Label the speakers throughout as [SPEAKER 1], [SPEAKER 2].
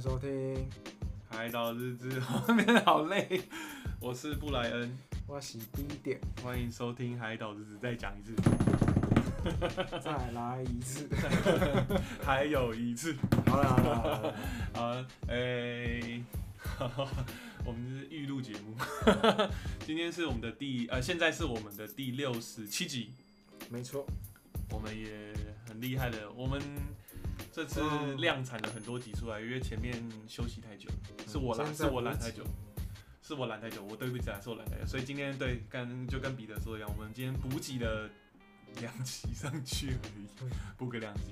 [SPEAKER 1] 收听，
[SPEAKER 2] 海岛日志， 后面好累。我是布莱恩，
[SPEAKER 1] 我洗低点，
[SPEAKER 2] 欢迎收听海岛日志。再讲一次，
[SPEAKER 1] 再来一次。
[SPEAKER 2] 还有一次。
[SPEAKER 1] 好了好了好了，
[SPEAKER 2] 好，诶、 我们是预录节目。 今天是我们的第呃，现在是我们的第六十七集。
[SPEAKER 1] 没错，
[SPEAKER 2] 我们也很厉害的，我们这次
[SPEAKER 1] 嗯
[SPEAKER 2] 量产了很多集出来，因为前面休息太久，是我
[SPEAKER 1] 嗯
[SPEAKER 2] 懒，
[SPEAKER 1] 现
[SPEAKER 2] 是
[SPEAKER 1] 在
[SPEAKER 2] 我懒
[SPEAKER 1] 不急
[SPEAKER 2] 太久，是我懒太久，我对不起啊，是我懒太久，所以今天对跟就跟彼得说一样，我们今天补给了两集上去而已
[SPEAKER 1] 嗯，
[SPEAKER 2] 补个两集。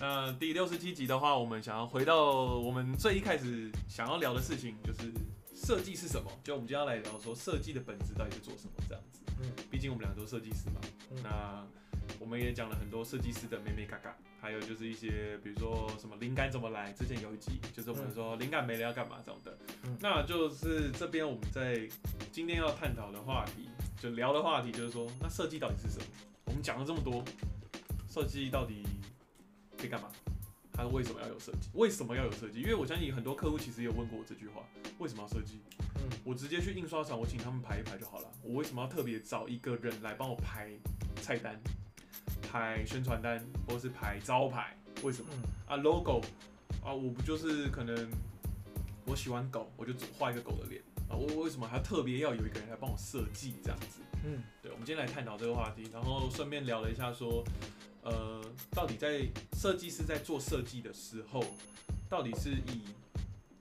[SPEAKER 2] 那第六十七集的话，我们想要回到我们最一开始想要聊的事情，就是设计是什么？就我们今天要来聊说设计的本质到底是做什么这样子。
[SPEAKER 1] 嗯
[SPEAKER 2] 毕竟我们两个都设计师嘛，
[SPEAKER 1] 嗯
[SPEAKER 2] 那我们也讲了很多设计师的美美嘎嘎，还有就是一些比如说什么灵感怎么来，之前有一集就是我们说灵感没了要干嘛这种的。
[SPEAKER 1] 嗯
[SPEAKER 2] 那就是这边我们在今天要探讨的话题，就聊的话题就是说，那设计到底是什么？我们讲了这么多，设计到底可以干嘛？它为什么要有设计？为什么要有设计？因为我相信很多客户其实也问过我这句话：为什么要设计？
[SPEAKER 1] 嗯
[SPEAKER 2] 我直接去印刷厂，我请他们排一排就好了。我为什么要特别找一个人来帮我排菜单、排宣传单，或是排招牌？为什么
[SPEAKER 1] 嗯
[SPEAKER 2] 啊？logo 啊，我不就是可能我喜欢狗，我就只画一个狗的脸啊？我我为什么还要特别要有一个人来帮我设计这样子？
[SPEAKER 1] 嗯
[SPEAKER 2] 对，我们今天来探讨这个话题，然后顺便聊了一下说，呃，到底在设计师在做设计的时候，到底是以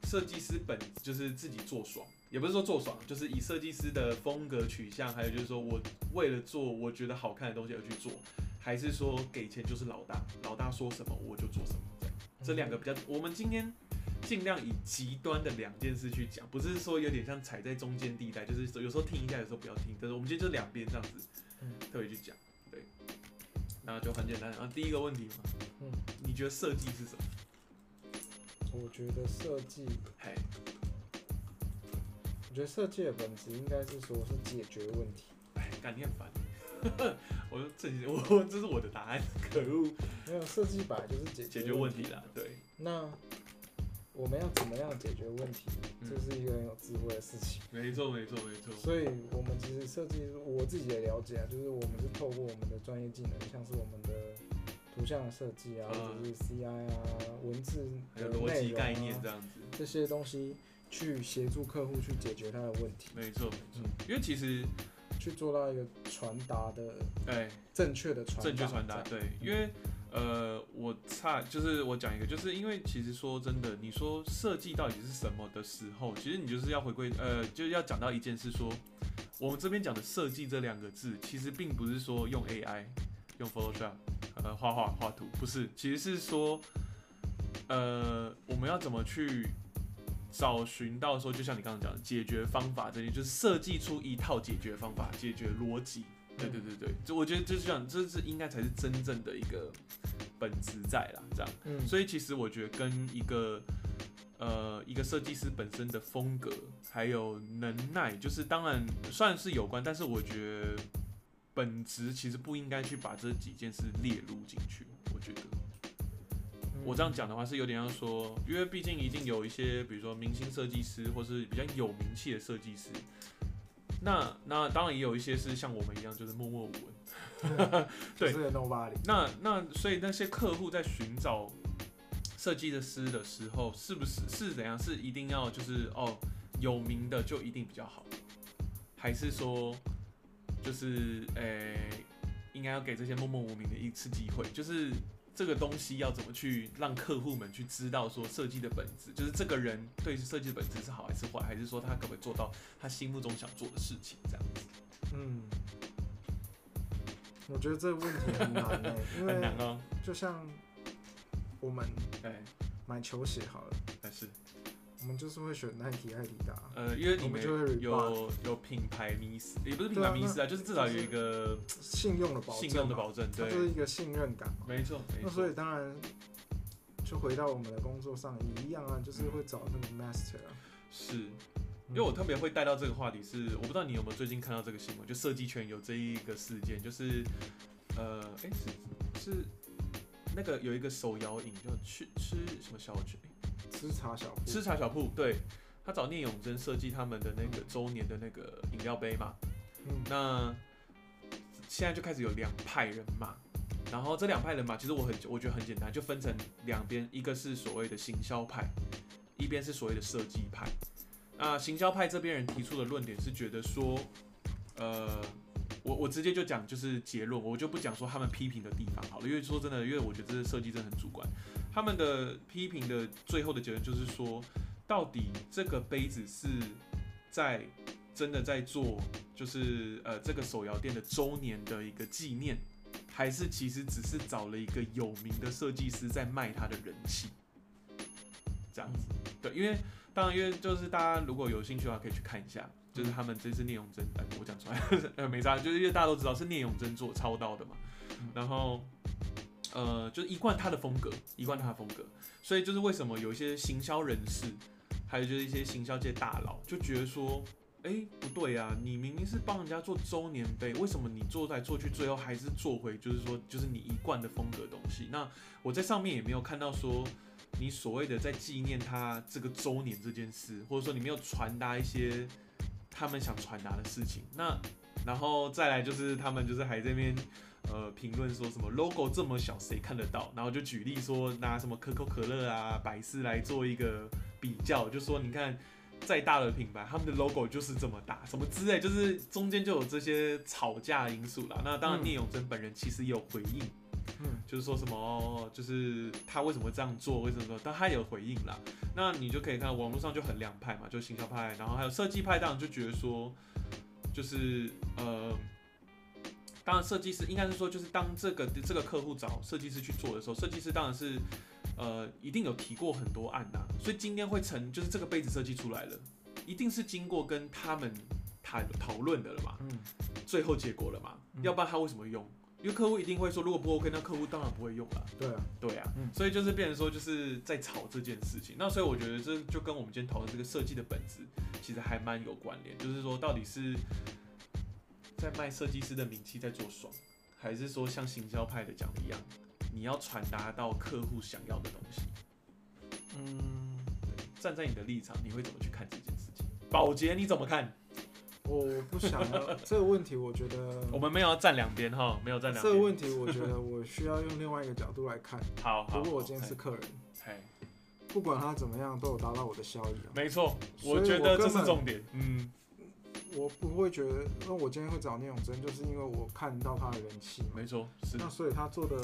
[SPEAKER 2] 设计师本就是自己做爽，也不是说做爽，就是以设计师的风格取向，还有就是说我为了做我觉得好看的东西而去做，还是说给钱就是老大，老大说什么我就做什么这样。这两个比较，我们今天尽量以极端的两件事去讲，不是说有点像踩在中间地带，就是有时候听一下，有时候不要听。但是我们今天就两边这样子
[SPEAKER 1] 嗯，
[SPEAKER 2] 特别去讲，对。那就很简单，然啊后第一个问题嘛，
[SPEAKER 1] 嗯，
[SPEAKER 2] 你觉得设计是什么？
[SPEAKER 1] 我觉得设计，
[SPEAKER 2] 嘿，
[SPEAKER 1] 我觉得设计的本质应该是说是解决问题，
[SPEAKER 2] 哎，干你很烦。 我说这我这是我的答案，可恶，
[SPEAKER 1] 没有设计本来就是解
[SPEAKER 2] 解
[SPEAKER 1] 决
[SPEAKER 2] 决问
[SPEAKER 1] 题。
[SPEAKER 2] 题啦，对，
[SPEAKER 1] 那我们要怎么样解决问题，
[SPEAKER 2] 嗯
[SPEAKER 1] 这是一个很有智慧的事情。
[SPEAKER 2] 没错没错没错，
[SPEAKER 1] 所以，我们其实设计，我自己的了解啊，就是我们是透过我们的专业技能，像是我们的图像的设计啊，
[SPEAKER 2] 嗯
[SPEAKER 1] 或者是 CI 啊，文字
[SPEAKER 2] 还
[SPEAKER 1] 的
[SPEAKER 2] 有逻
[SPEAKER 1] 内
[SPEAKER 2] 辑
[SPEAKER 1] 容啊
[SPEAKER 2] 概念这样子，
[SPEAKER 1] 这些东西，去协助客户去解决他的问题，
[SPEAKER 2] 没错没错
[SPEAKER 1] 嗯，
[SPEAKER 2] 因为其实
[SPEAKER 1] 去做到一个传达的
[SPEAKER 2] 哎。
[SPEAKER 1] 正确的传达。
[SPEAKER 2] 正确传达，
[SPEAKER 1] 这样。
[SPEAKER 2] 对，因为呃，我差就是我讲一个，就是因为其实说真的，你说设计到底是什么的时候，其实你就是要回归呃，就是要讲到一件事说，我们这边讲的设计这两个字，其实并不是说用 AI 用 Photoshop 呃画画画图，不是，其实是说呃我们要怎么去。找寻到说，就像你刚刚讲的解决方法这些，就是设计出一套解决方法、解决逻辑，对对对对，就我觉得就是这样，这是应该才是真正的一个本质在啦，这样。
[SPEAKER 1] 嗯，
[SPEAKER 2] 所以其实我觉得跟一个呃一个设计师本身的风格还有能耐，就是当然算是有关，但是我觉得本质其实不应该去把这几件事列入进去，我觉得。
[SPEAKER 1] 嗯
[SPEAKER 2] 我这样讲的话是有点像说，因为毕竟一定有一些，比如说明星设计师，或是比较有名气的设计师。那那当然也有一些是像我们一样，就是默默无闻。对
[SPEAKER 1] 就是个 nobody。
[SPEAKER 2] 那那所以那些客户在寻找设计的师的时候，是不是是怎样？是一定要就是哦有名的就一定比较好，还是说就是诶、应该要给这些默默无名的一次机会？就是这个东西要怎么去让客户们去知道说设计的本质，就是这个人对设计的本质是好还是坏，还是说他可不可以做到他心目中想做的事情这样子？
[SPEAKER 1] 嗯，我觉得这个问题很难 呢、因
[SPEAKER 2] 很
[SPEAKER 1] 为
[SPEAKER 2] 难哦，
[SPEAKER 1] 就像我们
[SPEAKER 2] 对，
[SPEAKER 1] 买球鞋好了，
[SPEAKER 2] 但是。
[SPEAKER 1] 我们就是会选 Nike、爱迪达。
[SPEAKER 2] 呃，因为你
[SPEAKER 1] 我们
[SPEAKER 2] 们
[SPEAKER 1] 就会 rebut
[SPEAKER 2] 有有品牌迷失，也不是品牌
[SPEAKER 1] 对啊
[SPEAKER 2] 迷失啊，就是至少有一个
[SPEAKER 1] 信用的保证嘛，
[SPEAKER 2] 信用的保证，
[SPEAKER 1] 它就是
[SPEAKER 2] 对，
[SPEAKER 1] 一个信任感嘛。
[SPEAKER 2] 没错，没
[SPEAKER 1] 那所
[SPEAKER 2] 错
[SPEAKER 1] 以，当然就回到我们的工作上也一样啊，就是会找那个 master 啊。
[SPEAKER 2] 是，嗯因为我特别会带到这个话题是，我不知道你有没有最近看到这个新闻，就设计圈有这一个事件，就是呃，哎、
[SPEAKER 1] 嗯
[SPEAKER 2] 是是那个有一个手摇饮叫去吃什么小卷，诶
[SPEAKER 1] 吃茶小铺，
[SPEAKER 2] 吃茶小铺，对他找聂永真设计他们的那个周年的那个饮料杯嘛。
[SPEAKER 1] 嗯
[SPEAKER 2] 那现在就开始有两派人马，然后这两派人马其实我很我觉得很简单，就分成两边，一个是所谓的行销派，一边是所谓的设计派。那行销派这边人提出的论点是觉得说，呃，我我直接就讲就是结论，我就不讲说他们批评的地方好了，因为说真的，因为我觉得这设计真的很主观。他们的批评的最后的结论就是说，到底这个杯子是在真的在做，就是呃这个手摇店的周年的一个纪念，还是其实只是找了一个有名的设计师在卖他的人气，这样子。对，因为当然，因为就是大家如果有兴趣的话，可以去看一下，就是他们这次聂永真，哎，我讲出来， 呃，没啥，就是因为大家都知道是聂永真做操刀的嘛
[SPEAKER 1] 嗯，
[SPEAKER 2] 然后。呃，就是一贯他的风格，一贯他的风格，所以就是为什么有一些行销人士，还有就是一些行销界大佬，就觉得说，哎、不对啊，你明明是帮人家做周年杯，为什么你做来做去，最后还是做回就是说，就是你一贯的风格的东西？那我在上面也没有看到说你所谓的在纪念他这个周年这件事，或者说你没有传达一些他们想传达的事情。那然后再来就是他们就是还在那边呃评论说什么 logo 这么小谁看得到？然后就举例说拿什么可口可乐啊、百事来做一个比较，就说你看。再大的品牌，他们的 logo 就是这么大，什么之类，就是中间就有这些吵架因素啦。那当
[SPEAKER 1] 嗯
[SPEAKER 2] 然，聂永真本人其实也有回应，
[SPEAKER 1] 嗯
[SPEAKER 2] 就是说什么，哦就是他为什么会这样做，为什么？但他也有回应啦。那你就可以看网络上就很两派嘛，就行销派，然后还有设计派，当然就觉得说，就是呃，当然设计师应该是说，就是当这个这个客户找设计师去做的时候，设计师当然是呃一定有提过很多案呐、所以今天会成就是这个杯子设计出来了，一定是经过跟他们谈讨论的了嘛。
[SPEAKER 1] 嗯
[SPEAKER 2] 最后结果了嘛，
[SPEAKER 1] 嗯
[SPEAKER 2] 要不然他为什么用？因为客户一定会说，如果不 OK，那客户当然不会用了。
[SPEAKER 1] 对啊，
[SPEAKER 2] 对啊，
[SPEAKER 1] 嗯
[SPEAKER 2] 所以就是变成说就是在吵这件事情。那所以我觉得这就跟我们今天讨论这个设计的本质其实还蛮有关联，就是说到底是在卖设计师的名气在做爽，还是说像行销派的讲的一样，你要传达到客户想要的东西？
[SPEAKER 1] 嗯，
[SPEAKER 2] 站在你的立场，你会怎么去看这件事情？保洁你怎么看？
[SPEAKER 1] 嗯我不想 要这个问题，我觉得
[SPEAKER 2] 我们没有要站两边哈，没有站两
[SPEAKER 1] 这个
[SPEAKER 2] 边。
[SPEAKER 1] 问题，我觉得我需要用另外一个角度来看。
[SPEAKER 2] 好好，
[SPEAKER 1] 如果我今天是
[SPEAKER 2] 嘿，
[SPEAKER 1] 客人，
[SPEAKER 2] 嘿
[SPEAKER 1] 不管他怎么样，都有达到我的效益啊。
[SPEAKER 2] 没错，
[SPEAKER 1] 所以
[SPEAKER 2] 我觉得
[SPEAKER 1] 我
[SPEAKER 2] 这
[SPEAKER 1] 根
[SPEAKER 2] 是
[SPEAKER 1] 本
[SPEAKER 2] 重点。嗯，
[SPEAKER 1] 我不会觉得，那我今天会找聂永真，就是因为我看到他的人气嘛。
[SPEAKER 2] 没错，是，
[SPEAKER 1] 那所以他做的，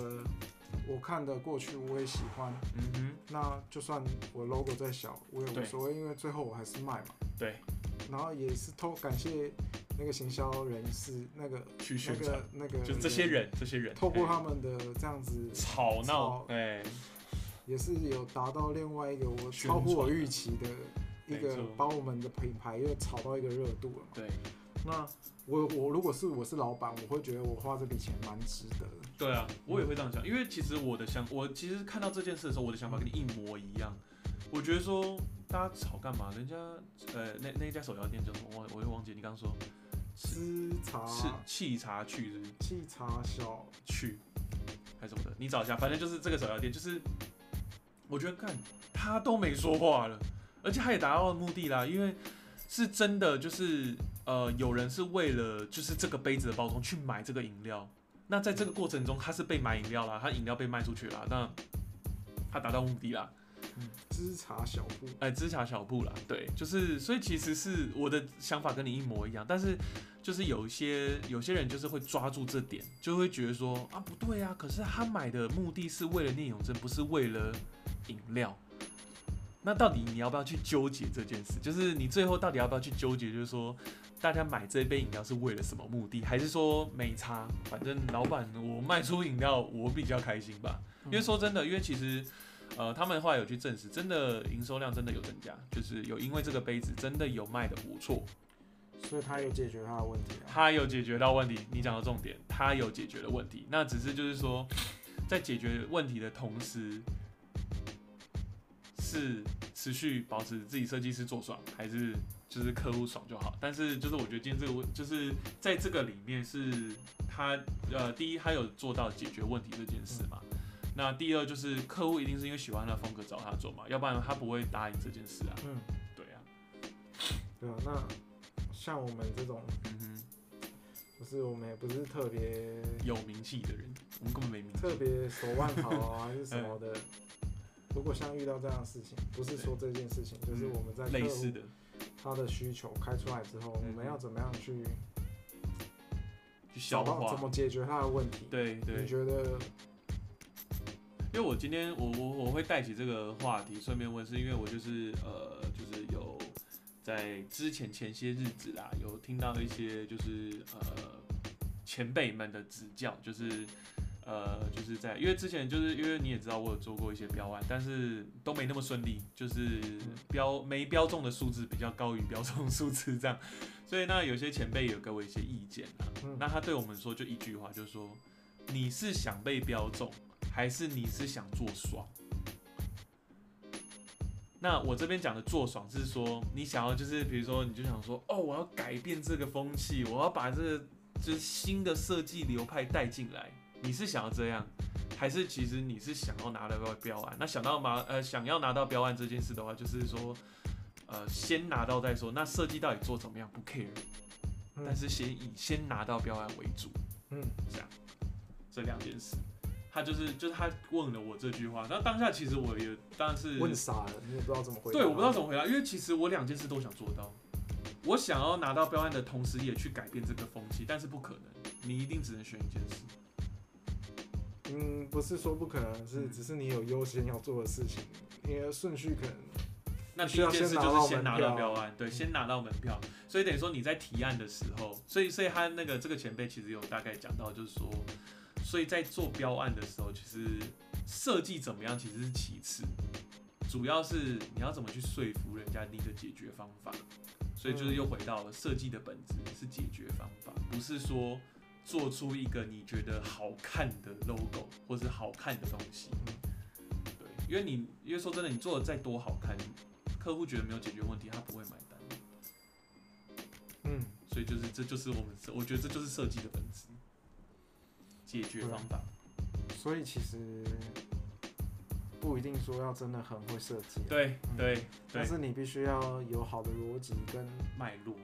[SPEAKER 1] 我看得过去，我也喜欢。
[SPEAKER 2] 嗯哼，
[SPEAKER 1] 那就算我 logo 再小，我也
[SPEAKER 2] 对
[SPEAKER 1] 无所谓，因为最后我还是卖嘛。
[SPEAKER 2] 对，
[SPEAKER 1] 然后也是偷感谢那个行销人士，那个
[SPEAKER 2] 去
[SPEAKER 1] 那
[SPEAKER 2] 宣传
[SPEAKER 1] 个，那个，
[SPEAKER 2] 就是这些，人，这些人
[SPEAKER 1] 透过
[SPEAKER 2] 哎
[SPEAKER 1] 他们的这样子，
[SPEAKER 2] 吵闹
[SPEAKER 1] 吵，
[SPEAKER 2] 哎，
[SPEAKER 1] 也是有达到另外一个我
[SPEAKER 2] 宣传
[SPEAKER 1] 超乎我预期的一
[SPEAKER 2] 没
[SPEAKER 1] 个
[SPEAKER 2] 错，
[SPEAKER 1] 把我们的品牌又炒到一个热度了嘛。
[SPEAKER 2] 对，
[SPEAKER 1] 那我我如果是我是老板，我会觉得我花这笔钱蛮值得的。
[SPEAKER 2] 对啊，我也会这样想，因为其实我的想，我其实看到这件事的时候，我的想法跟你一模一样。我觉得说大家吵干嘛？人家呃，那那一家手摇店叫什么？忘，我就忘记你刚刚说是
[SPEAKER 1] 吃茶
[SPEAKER 2] 是沏茶去是不是
[SPEAKER 1] 沏茶小，
[SPEAKER 2] 去还是什么的，你找一下，反正就是这个手摇店，就是我觉得看他都没说话了，而且他也达到了目的啦，因为是真的就是呃，有人是为了就是这个杯子的包装去买这个饮料，那在这个过程中他是被买饮料啦，他饮料被卖出去啦，那他达到目的啦，
[SPEAKER 1] 嗯，知茶小铺，
[SPEAKER 2] 哎，知茶小铺啦，对，就是，所以其实是我的想法跟你一模一样，但是就是有一些有些人就是会抓住这点，就会觉得说啊，不对啊，可是他买的目的是为了聂永真，不是为了饮料。那到底你要不要去纠结这件事？就是你最后到底要不要去纠结？就是说，大家买这杯饮料是为了什么目的？还是说没差？反正老板我卖出饮料，我比较开心吧。
[SPEAKER 1] 嗯
[SPEAKER 2] 因为说真的，因为其实，呃，他们后来有去证实，真的营收量真的有增加，就是有因为这个杯子真的有卖的不错，
[SPEAKER 1] 嗯所以他有解决他的问题啊。
[SPEAKER 2] 它有解决到问题。你讲到重点，它有解决了问题，那只是就是说，在解决问题的同时，是持续保持自己设计师做爽，还是就是客户爽就好？但是就是我觉得今天这个问，就是在这个里面是他呃，第一他有做到解决问题这件事嘛。那第二就是客户一定是因为喜欢他的风格找他做嘛，要不然他不会答应这件事啊。
[SPEAKER 1] 嗯，
[SPEAKER 2] 对啊，
[SPEAKER 1] 对啊，那像我们这种，
[SPEAKER 2] 嗯哼，
[SPEAKER 1] 就是我们也不是特别
[SPEAKER 2] 有名气的人，我们根本没名气。
[SPEAKER 1] 特别手腕好啊，还是什么 的。
[SPEAKER 2] 嗯
[SPEAKER 1] 如果像遇到这样的事情，不是说这件事情，就是我们在
[SPEAKER 2] 类
[SPEAKER 1] 客
[SPEAKER 2] 似
[SPEAKER 1] 户
[SPEAKER 2] 的，
[SPEAKER 1] 他的需求开出来之后，
[SPEAKER 2] 嗯
[SPEAKER 1] 我们要怎么样去
[SPEAKER 2] 去消
[SPEAKER 1] 找到怎
[SPEAKER 2] 化。
[SPEAKER 1] 么解决他的问题？
[SPEAKER 2] 对对
[SPEAKER 1] 你，觉得？
[SPEAKER 2] 因为我今天我我我会带起这个话题，顺便问，是因为我就是呃，就是有在之前前些日子啦，有听到一些就是呃前辈们的指教，就是呃就是在因为之前就是因为你也知道我有做过一些标案，但是都没那么顺利，就是标没标中的数字比较高于标中的数字这样，所以那有些前辈有给我一些意见啊，
[SPEAKER 1] 嗯
[SPEAKER 2] 那他对我们说就一句话，就是说你是想被标中，还是你是想做爽？那我这边讲的做爽是说，你想要就是比如说，你就想说，哦，我要改变这个风气，我要把这个就是新的设计流派带进来，你是想要这样，还是其实你是想要拿到标案？那想到拿呃想要拿到标案这件事的话，就是说，呃，先拿到再说。那设计到底做怎么样不 care，
[SPEAKER 1] 嗯
[SPEAKER 2] 但是先以先拿到标案为主。
[SPEAKER 1] 嗯，
[SPEAKER 2] 这两件事。他就是就是他问了我这句话，那当下其实我也当然是
[SPEAKER 1] 问傻了，你也不知道怎么回答。
[SPEAKER 2] 对，我不知道怎么回答，因为其实我两件事都想做到，我想要拿到标案的同时，也去改变这个风气，但是不可能，你一定只能选一件事。
[SPEAKER 1] 嗯，不是说不可能，是
[SPEAKER 2] 嗯
[SPEAKER 1] 只是你有优先要做的事情，你的顺序可能
[SPEAKER 2] 那第
[SPEAKER 1] 需
[SPEAKER 2] 一
[SPEAKER 1] 要
[SPEAKER 2] 件事
[SPEAKER 1] 先拿
[SPEAKER 2] 就
[SPEAKER 1] 到
[SPEAKER 2] 是先拿
[SPEAKER 1] 门
[SPEAKER 2] 到
[SPEAKER 1] 票啊
[SPEAKER 2] 标案，对，先拿到门票。所以等于说你在提案的时候，所以所以他那个这个前辈其实有大概讲到，就是说，所以在做标案的时候，其实设计怎么样其实是其次，主要是你要怎么去说服人家你的解决方法。所以
[SPEAKER 1] 嗯
[SPEAKER 2] 就是又回到了设计的本质是解决方法，不是说做出一个你觉得好看的 logo 或是好看的东西。对，因为你因为说真的，你做的再多好看，客户觉得没有解决问题，他不会买单。
[SPEAKER 1] 嗯，
[SPEAKER 2] 所以就是这就是我们我觉得这就是设计的本质，解决方法。
[SPEAKER 1] 所以其实不一定说要真的很会设计啊，
[SPEAKER 2] 对
[SPEAKER 1] 嗯
[SPEAKER 2] 对
[SPEAKER 1] 但
[SPEAKER 2] 对，
[SPEAKER 1] 是你必须要有好的逻辑跟
[SPEAKER 2] 脉络，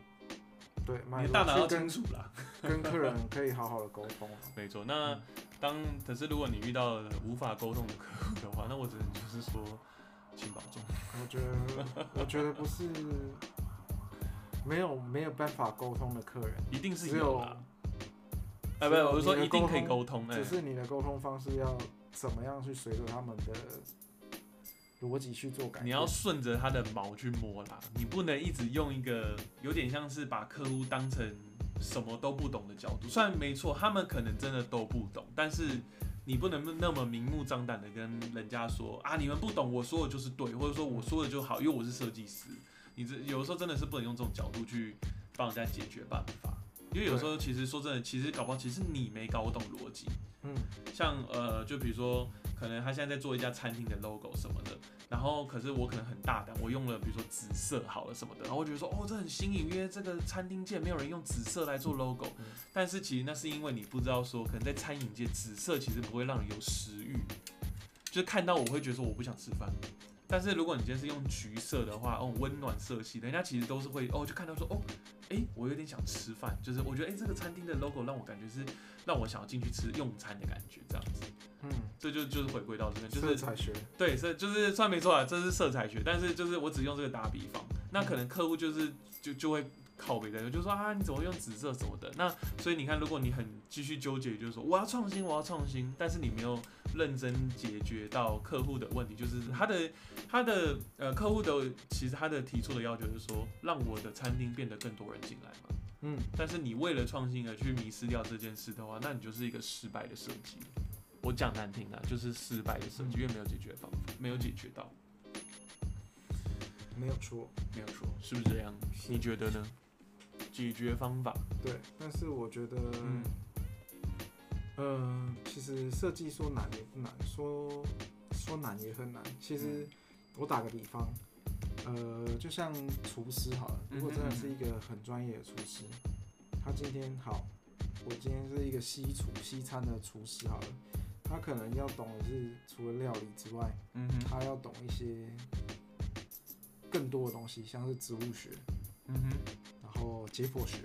[SPEAKER 1] 对
[SPEAKER 2] 你
[SPEAKER 1] 脉
[SPEAKER 2] 的大脑
[SPEAKER 1] 络，
[SPEAKER 2] 要
[SPEAKER 1] 去
[SPEAKER 2] 清
[SPEAKER 1] 跟
[SPEAKER 2] 楚啦。嗯
[SPEAKER 1] 跟客人可以好好的沟通啊。
[SPEAKER 2] 没错，那当可是如果你遇到了无法沟通的客户的话，那我只能就是说，请保重。
[SPEAKER 1] 我觉得，我觉得不是没有没有办法沟通的客人，
[SPEAKER 2] 一定是
[SPEAKER 1] 只
[SPEAKER 2] 有
[SPEAKER 1] 有
[SPEAKER 2] 啦。哎，不是，
[SPEAKER 1] 只有
[SPEAKER 2] 我是说
[SPEAKER 1] 你的
[SPEAKER 2] 一定
[SPEAKER 1] 沟
[SPEAKER 2] 可以
[SPEAKER 1] 通
[SPEAKER 2] 沟通。哎
[SPEAKER 1] 只，是你的沟通方式要怎么样去随着他们的逻辑去做改变。
[SPEAKER 2] 你要顺着它的毛去摸啦，你不能一直用一个有点像是把客户当成什么都不懂的角度。虽然没错，他们可能真的都不懂，但是你不能那么明目张胆的跟人家说啊，你们不懂，我说的就是对，或者说我说的就好，因为我是设计师。你这有的时候真的是不能用这种角度去帮人家解决办法，因为有时候其实说真的，其实搞不好其实你没搞懂逻辑，
[SPEAKER 1] 嗯
[SPEAKER 2] 像呃，就比如说，可能他现在在做一家餐厅的 logo 什么的，然后可是我可能很大胆，我用了比如说紫色好了什么的，然后我觉得说哦，这很新颖，因为这个餐厅界没有人用紫色来做 logo，、
[SPEAKER 1] 嗯
[SPEAKER 2] 但是其实那是因为你不知道说，可能在餐饮界紫色其实不会让人有食欲，就是看到我会觉得说我不想吃饭。但是如果你今天是用橘色的话，哦，温暖色系，人家其实都是会哦，就看到说哦，诶，我有点想吃饭，就是我觉得诶，这个餐厅的 logo 让我感觉是让我想要进去吃用餐的感觉，这样子，
[SPEAKER 1] 嗯，
[SPEAKER 2] 这就就是回归到这边，就
[SPEAKER 1] 色
[SPEAKER 2] 是
[SPEAKER 1] 彩学，
[SPEAKER 2] 对，是就是算没错啊，这是色彩学，但是就是我只用这个打比方，那可能客户就是就就会靠北的，就说啊你怎么用紫色什么的，那所以你看，如果你很继续纠结，就是说我要创新，我要创新，但是你没有认真解决到客户的问题，就是他的他的呃客户的其实他的提出的要求就是说，让我的餐厅变得更多人进来嘛。
[SPEAKER 1] 嗯，
[SPEAKER 2] 但是你为了创新而去迷失掉这件事的话，那你就是一个失败的设计。我讲难听啊，就是失败的设计，因为没有解决方法，没有解决到，
[SPEAKER 1] 没有错。
[SPEAKER 2] 没有错，是不是这样？
[SPEAKER 1] 是
[SPEAKER 2] 你觉得呢？解决方法，
[SPEAKER 1] 对，但是我觉得，
[SPEAKER 2] 嗯
[SPEAKER 1] 嗯，其实设计说难也不难，说说难也很难。其实
[SPEAKER 2] 嗯
[SPEAKER 1] 我打个比方，呃，就像厨师好了，
[SPEAKER 2] 嗯
[SPEAKER 1] 如果真的是一个很专业的厨师，他今天好，我今天是一个西厨西餐的厨师好了，他可能要懂的是除了料理之外，
[SPEAKER 2] 嗯哼，
[SPEAKER 1] 他要懂一些更多的东西，像是植物学，
[SPEAKER 2] 嗯哼，
[SPEAKER 1] 然后解剖学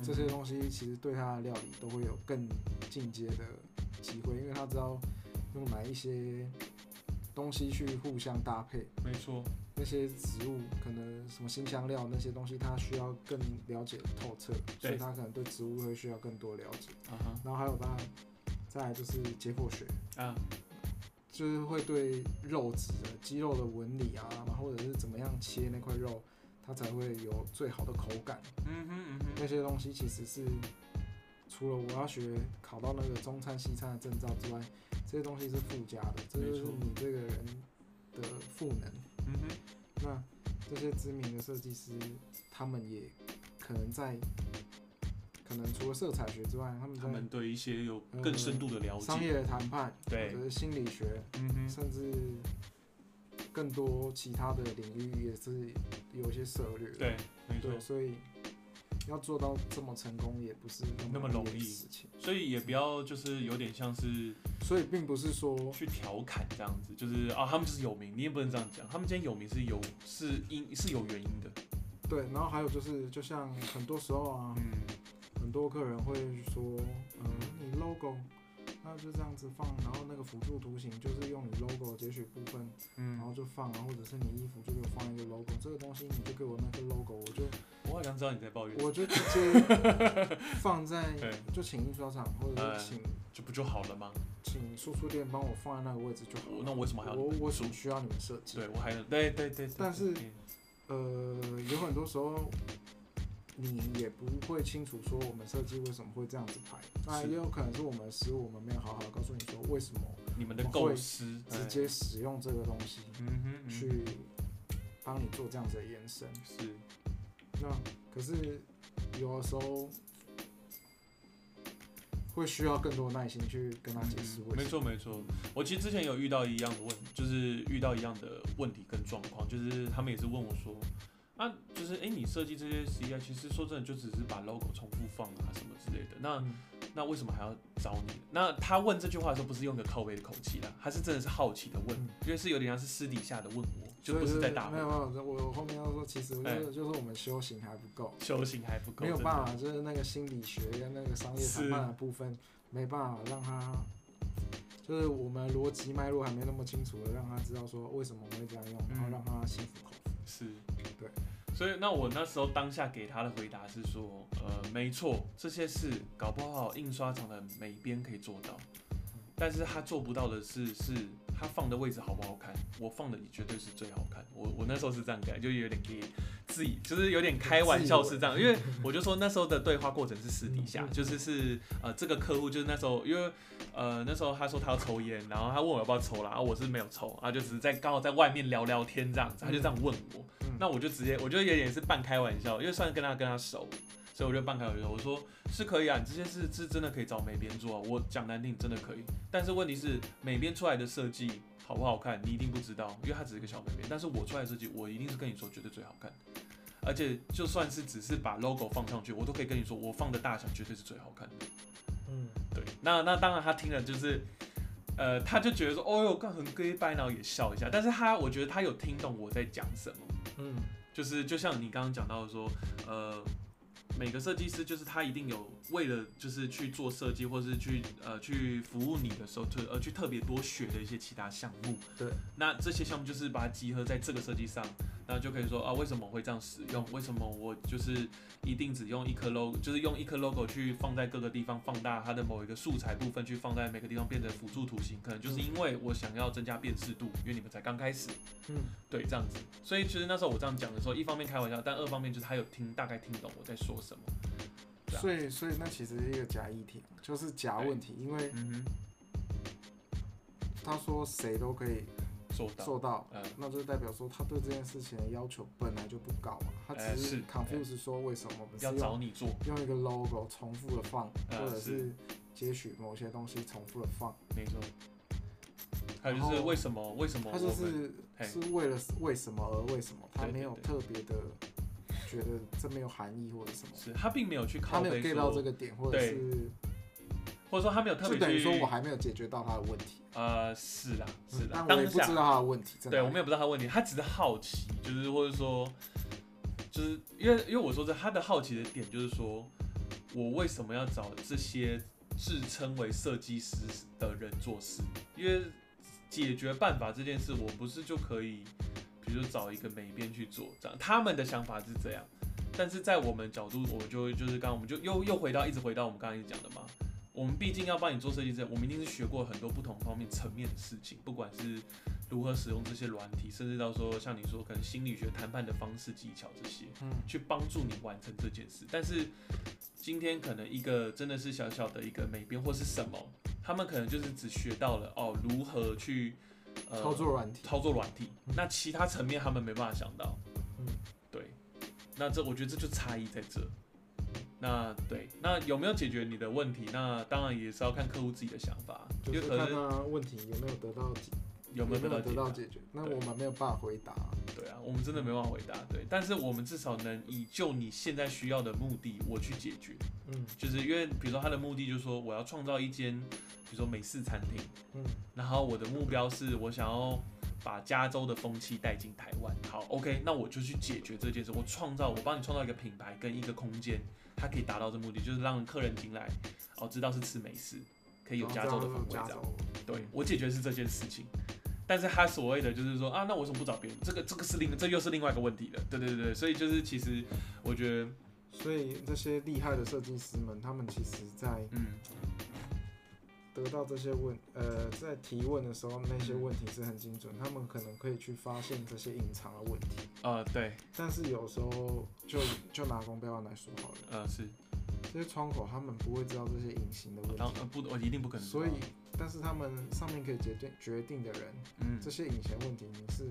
[SPEAKER 2] 嗯
[SPEAKER 1] 这些东西，其实对他的料理都会有更进阶的机会，因为他知道用哪一些东西去互相搭配，
[SPEAKER 2] 没错，
[SPEAKER 1] 那些植物可能什么新香料那些东西，他需要更了解透彻，所
[SPEAKER 2] 对
[SPEAKER 1] 以他可能对植物会需要更多了解。
[SPEAKER 2] 啊哈，
[SPEAKER 1] 然后还有他，再来就是解剖学，
[SPEAKER 2] 啊，
[SPEAKER 1] 就是会对肉质的肌肉的纹理啊，然后或者是怎么样切那块肉，它才会有最好的口感。
[SPEAKER 2] 嗯哼嗯哼，
[SPEAKER 1] 那些东西其实是除了我要学考到那个中餐西餐的证照之外，这些东西是附加的，这就是
[SPEAKER 2] 没错
[SPEAKER 1] 你这个人的赋能。
[SPEAKER 2] 嗯哼，
[SPEAKER 1] 那这些知名的设计师，他们也可能在，可能除了色彩学之外，他
[SPEAKER 2] 他们
[SPEAKER 1] 们
[SPEAKER 2] 对一些有更深度的了
[SPEAKER 1] 在商
[SPEAKER 2] 解，
[SPEAKER 1] 业的谈判，
[SPEAKER 2] 对
[SPEAKER 1] 或者是心理学，
[SPEAKER 2] 嗯哼，
[SPEAKER 1] 甚至更多其他的领域也是有一些涉略的。
[SPEAKER 2] 对，没错
[SPEAKER 1] 对，，所以要做到这么成功，也不是
[SPEAKER 2] 那
[SPEAKER 1] 那
[SPEAKER 2] 么
[SPEAKER 1] 么
[SPEAKER 2] 容
[SPEAKER 1] 的
[SPEAKER 2] 易
[SPEAKER 1] 事情。
[SPEAKER 2] 所以也不要就是有点像是
[SPEAKER 1] 所以并不是说
[SPEAKER 2] 去调侃这样子，就是啊，他们就是有名，你也不能这样讲，他们今天有名是有是因是有原因的，
[SPEAKER 1] 对，然后还有就是，就像很多时候啊，
[SPEAKER 2] 嗯，
[SPEAKER 1] 很多客人会说，嗯，你 logo，那就这样子放，然后那个辅助图形就是用你 logo 截取部分，然后
[SPEAKER 2] 嗯，
[SPEAKER 1] 就放，啊，或者是你衣服就给我放一个 logo，这个东西你就给我那个 logo，我就
[SPEAKER 2] 我好像知道你在抱怨，
[SPEAKER 1] 我就直接放在
[SPEAKER 2] 对，
[SPEAKER 1] 就请印刷厂或者
[SPEAKER 2] 哎
[SPEAKER 1] 是请
[SPEAKER 2] 这不就好了吗？
[SPEAKER 1] 请输出店帮我放在那个位置就好
[SPEAKER 2] 我
[SPEAKER 1] 了。
[SPEAKER 2] 那我为什么还要
[SPEAKER 1] 我我只需要你们设计。
[SPEAKER 2] 对我还能对对对，对
[SPEAKER 1] 但是
[SPEAKER 2] 对
[SPEAKER 1] 呃，有很多时候你也不会清楚说我们设计为什么会这样子排，那
[SPEAKER 2] 是
[SPEAKER 1] 也有可能是我们的失误，我们没有好好地告诉你说为什么
[SPEAKER 2] 你们的构思
[SPEAKER 1] 直，接使用这个东西
[SPEAKER 2] 哎嗯哼，嗯
[SPEAKER 1] 去帮你做这样子的延伸。
[SPEAKER 2] 是，
[SPEAKER 1] 那可是有的时候会需要更多耐心去跟他解释为
[SPEAKER 2] 嗯
[SPEAKER 1] 什
[SPEAKER 2] 没
[SPEAKER 1] 么。
[SPEAKER 2] 错没错，我其实之前有遇到一样的问，就是遇到一样的问题跟状况，就是他们也是问我说，啊，就是哎、诶你设计这些 CI，其实说真的就只是把 logo 重复放啊什么之类的，那
[SPEAKER 1] 嗯
[SPEAKER 2] 那为什么还要找你？那他问这句话的时候，不是用个靠背的口气啦，他是真的是好奇的问，
[SPEAKER 1] 嗯
[SPEAKER 2] 因为是有点像是私底下的问我，就
[SPEAKER 1] 所以
[SPEAKER 2] 不是在大
[SPEAKER 1] 没有
[SPEAKER 2] 问，
[SPEAKER 1] 没有，我后面要说，其实就
[SPEAKER 2] 哎
[SPEAKER 1] 是就是我们修行还不够，
[SPEAKER 2] 修行还不够，
[SPEAKER 1] 没有
[SPEAKER 2] 真的
[SPEAKER 1] 办法，就是那个心理学跟那个商业谈判的部分，没办法让他，就是我们逻辑脉络还没那么清楚的，让他知道说为什么会这样用，
[SPEAKER 2] 嗯
[SPEAKER 1] 然后让他心服口服。
[SPEAKER 2] 是，
[SPEAKER 1] 对。
[SPEAKER 2] 所以那我那时候当下给他的回答是说，呃，没错，这些事搞不好印刷厂的每边可以做到，但是他做不到的是，是他放的位置好不好看，我放的绝对是最好看。我我那时候是这样改，就有点给自己，就是有点开玩笑是这样，因为我就说那时候的对话过程是私底下，
[SPEAKER 1] 嗯
[SPEAKER 2] 就是是呃这个客户就是那时候因为呃那时候他说他要抽烟，然后他问我要不要抽啦，然后我是没有抽，啊就只是在刚好在外面聊聊天这样子，他就这样问我，
[SPEAKER 1] 嗯
[SPEAKER 2] 那我就直接我就有点是半开玩笑，因为算跟他跟他熟。所以我就半开玩笑，我说是可以啊，你这些事是真的可以找美编做啊。我讲难听，真的可以。但是问题是，美编出来的设计好不好看，你一定不知道，因为它只是一个小美编。但是我出来的设计，我一定是跟你说绝对最好看。而且就算是只是把 logo 放上去，我都可以跟你说，我放的大小绝对是最好看的。
[SPEAKER 1] 嗯，
[SPEAKER 2] 对，那那当然他听了就是，呃，他就觉得说，哦哟，干很 gay 掰，然后也笑一下。但是他我觉得他有听懂我在讲什么，
[SPEAKER 1] 嗯，
[SPEAKER 2] 就是就像你刚刚讲到的说，呃，每个设计师就是他一定有为了就是去做设计，或是去呃去服务你的时候，特呃去特别多学的一些其他项目。
[SPEAKER 1] 对，
[SPEAKER 2] 那这些项目就是把它集合在这个设计上，然后就可以说啊，为什么我会这样使用？为什么我就是一定只用一颗 logo，就是用一颗 logo 去放在各个地方，放大它的某一个素材部分，去放在每个地方变成辅助图形，可能就是因为我想要增加辨识度，因为你们才刚开始。
[SPEAKER 1] 嗯，
[SPEAKER 2] 对，这样子。所以其实那时候我这样讲的时候，一方面开玩笑，但二方面就是他有听，大概听懂我在说什么。对啊
[SPEAKER 1] 所以所以那其实是一个假议题，就是假问题，因为
[SPEAKER 2] 嗯
[SPEAKER 1] 他说谁都可以
[SPEAKER 2] 哼，做到。
[SPEAKER 1] 做到，
[SPEAKER 2] 呃，
[SPEAKER 1] 那就代表说他对这件事情的要求本来就不高嘛，他
[SPEAKER 2] 哎
[SPEAKER 1] 只是
[SPEAKER 2] 是
[SPEAKER 1] confuse 说为什么我们是
[SPEAKER 2] 要
[SPEAKER 1] 用
[SPEAKER 2] 找你做，
[SPEAKER 1] 用一个 logo 重复的放，
[SPEAKER 2] 呃
[SPEAKER 1] 或者
[SPEAKER 2] 是
[SPEAKER 1] 是截取某些东西重复的放。
[SPEAKER 2] 没错。还有就是为什么为什么
[SPEAKER 1] 他
[SPEAKER 2] 我
[SPEAKER 1] 就
[SPEAKER 2] 们
[SPEAKER 1] 是
[SPEAKER 2] 嘿
[SPEAKER 1] 是为了为什么而为什么，他
[SPEAKER 2] 对对
[SPEAKER 1] 没有
[SPEAKER 2] 对
[SPEAKER 1] 特别的觉得这没有含义或者什么，
[SPEAKER 2] 是他并没有去
[SPEAKER 1] 他
[SPEAKER 2] 靠
[SPEAKER 1] 没有
[SPEAKER 2] 背
[SPEAKER 1] get
[SPEAKER 2] 说
[SPEAKER 1] 到这个点，或者
[SPEAKER 2] 对
[SPEAKER 1] 是
[SPEAKER 2] 或者说他没有特
[SPEAKER 1] 就
[SPEAKER 2] 别
[SPEAKER 1] 等于
[SPEAKER 2] 去
[SPEAKER 1] 说我还没有解决到他的问题，
[SPEAKER 2] 呃是啦是啦，
[SPEAKER 1] 但我
[SPEAKER 2] 当
[SPEAKER 1] 也不知
[SPEAKER 2] 下
[SPEAKER 1] 道他的问题在哪
[SPEAKER 2] 对
[SPEAKER 1] 里。
[SPEAKER 2] 我们也不知道他的问题，他只是好奇，就是或者说就是因为因为我说这他的好奇的点就是说我为什么要找这些自称为设计师的人做事，因为解决办法这件事，我不是就可以，比如说找一个美编去做这样，他们的想法是这样，但是在我们角度，我就就是刚刚我们就又又回到一直回到我们刚刚一直讲的嘛，我们毕竟要帮你做设计之前，我们一定是学过很多不同方面层面的事情，不管是如何使用这些软体，甚至到说像你说可能心理学谈判的方式技巧这些，
[SPEAKER 1] 嗯，
[SPEAKER 2] 去帮助你完成这件事。但是今天可能一个真的是小小的一个美编或是什么，他们可能就是只学到了哦如何去、呃、
[SPEAKER 1] 操作软体，
[SPEAKER 2] 操作软体
[SPEAKER 1] 嗯，
[SPEAKER 2] 那其他层面他们没办法想到。
[SPEAKER 1] 嗯，
[SPEAKER 2] 对，那这我觉得这就差异在这。那对，那有没有解决你的问题？那当然也是要看客户自己的想法，
[SPEAKER 1] 就
[SPEAKER 2] 因
[SPEAKER 1] 是
[SPEAKER 2] 为可
[SPEAKER 1] 看
[SPEAKER 2] 能
[SPEAKER 1] 他问题有没有得到解
[SPEAKER 2] 有没有
[SPEAKER 1] 有没
[SPEAKER 2] 得到
[SPEAKER 1] 有
[SPEAKER 2] 解
[SPEAKER 1] 得到
[SPEAKER 2] 答。
[SPEAKER 1] 解决，那
[SPEAKER 2] 对
[SPEAKER 1] 我们没有办法回答。
[SPEAKER 2] 对啊，我们真的没办法回答。对，但是我们至少能以就你现在需要的目的，我去解决。
[SPEAKER 1] 嗯
[SPEAKER 2] 就是因为比如说他的目的就是说我要创造一间，比如说美式餐厅，
[SPEAKER 1] 嗯
[SPEAKER 2] 然后我的目标是我想要把加州的风气带进台湾。好，OK，那我就去解决这件事，我创造，我帮你创造一个品牌跟一个空间，它可以达到这目的，就是让客人进来，哦，知道是吃美式，可以有加州的
[SPEAKER 1] 然
[SPEAKER 2] 风
[SPEAKER 1] 后
[SPEAKER 2] 味
[SPEAKER 1] 这
[SPEAKER 2] 这
[SPEAKER 1] 样
[SPEAKER 2] 样
[SPEAKER 1] 就。有加州，
[SPEAKER 2] 对我解决的是这件事情，但是他所谓的就是说啊，那我为什么不找别人？这个这个是另这又是另外一个问题了。对对对对，所以就是其实我觉得，
[SPEAKER 1] 所以这些厉害的设计师们，他们其实在
[SPEAKER 2] 嗯，
[SPEAKER 1] 得到这些问，呃，在提问的时候，那
[SPEAKER 2] 嗯
[SPEAKER 1] 些问题是很精准，他们可能可以去发现这些隐藏的问题。
[SPEAKER 2] 呃，对，
[SPEAKER 1] 但是有时候就就拿公标案来说好了，
[SPEAKER 2] 呃，是，
[SPEAKER 1] 这些窗口他们不会知道这些隐形的问
[SPEAKER 2] 然后
[SPEAKER 1] 题，
[SPEAKER 2] 呃不，我一定不可能。
[SPEAKER 1] 所以，但是他们上面可以决定决定的人，
[SPEAKER 2] 嗯
[SPEAKER 1] 这，些隐形问题你是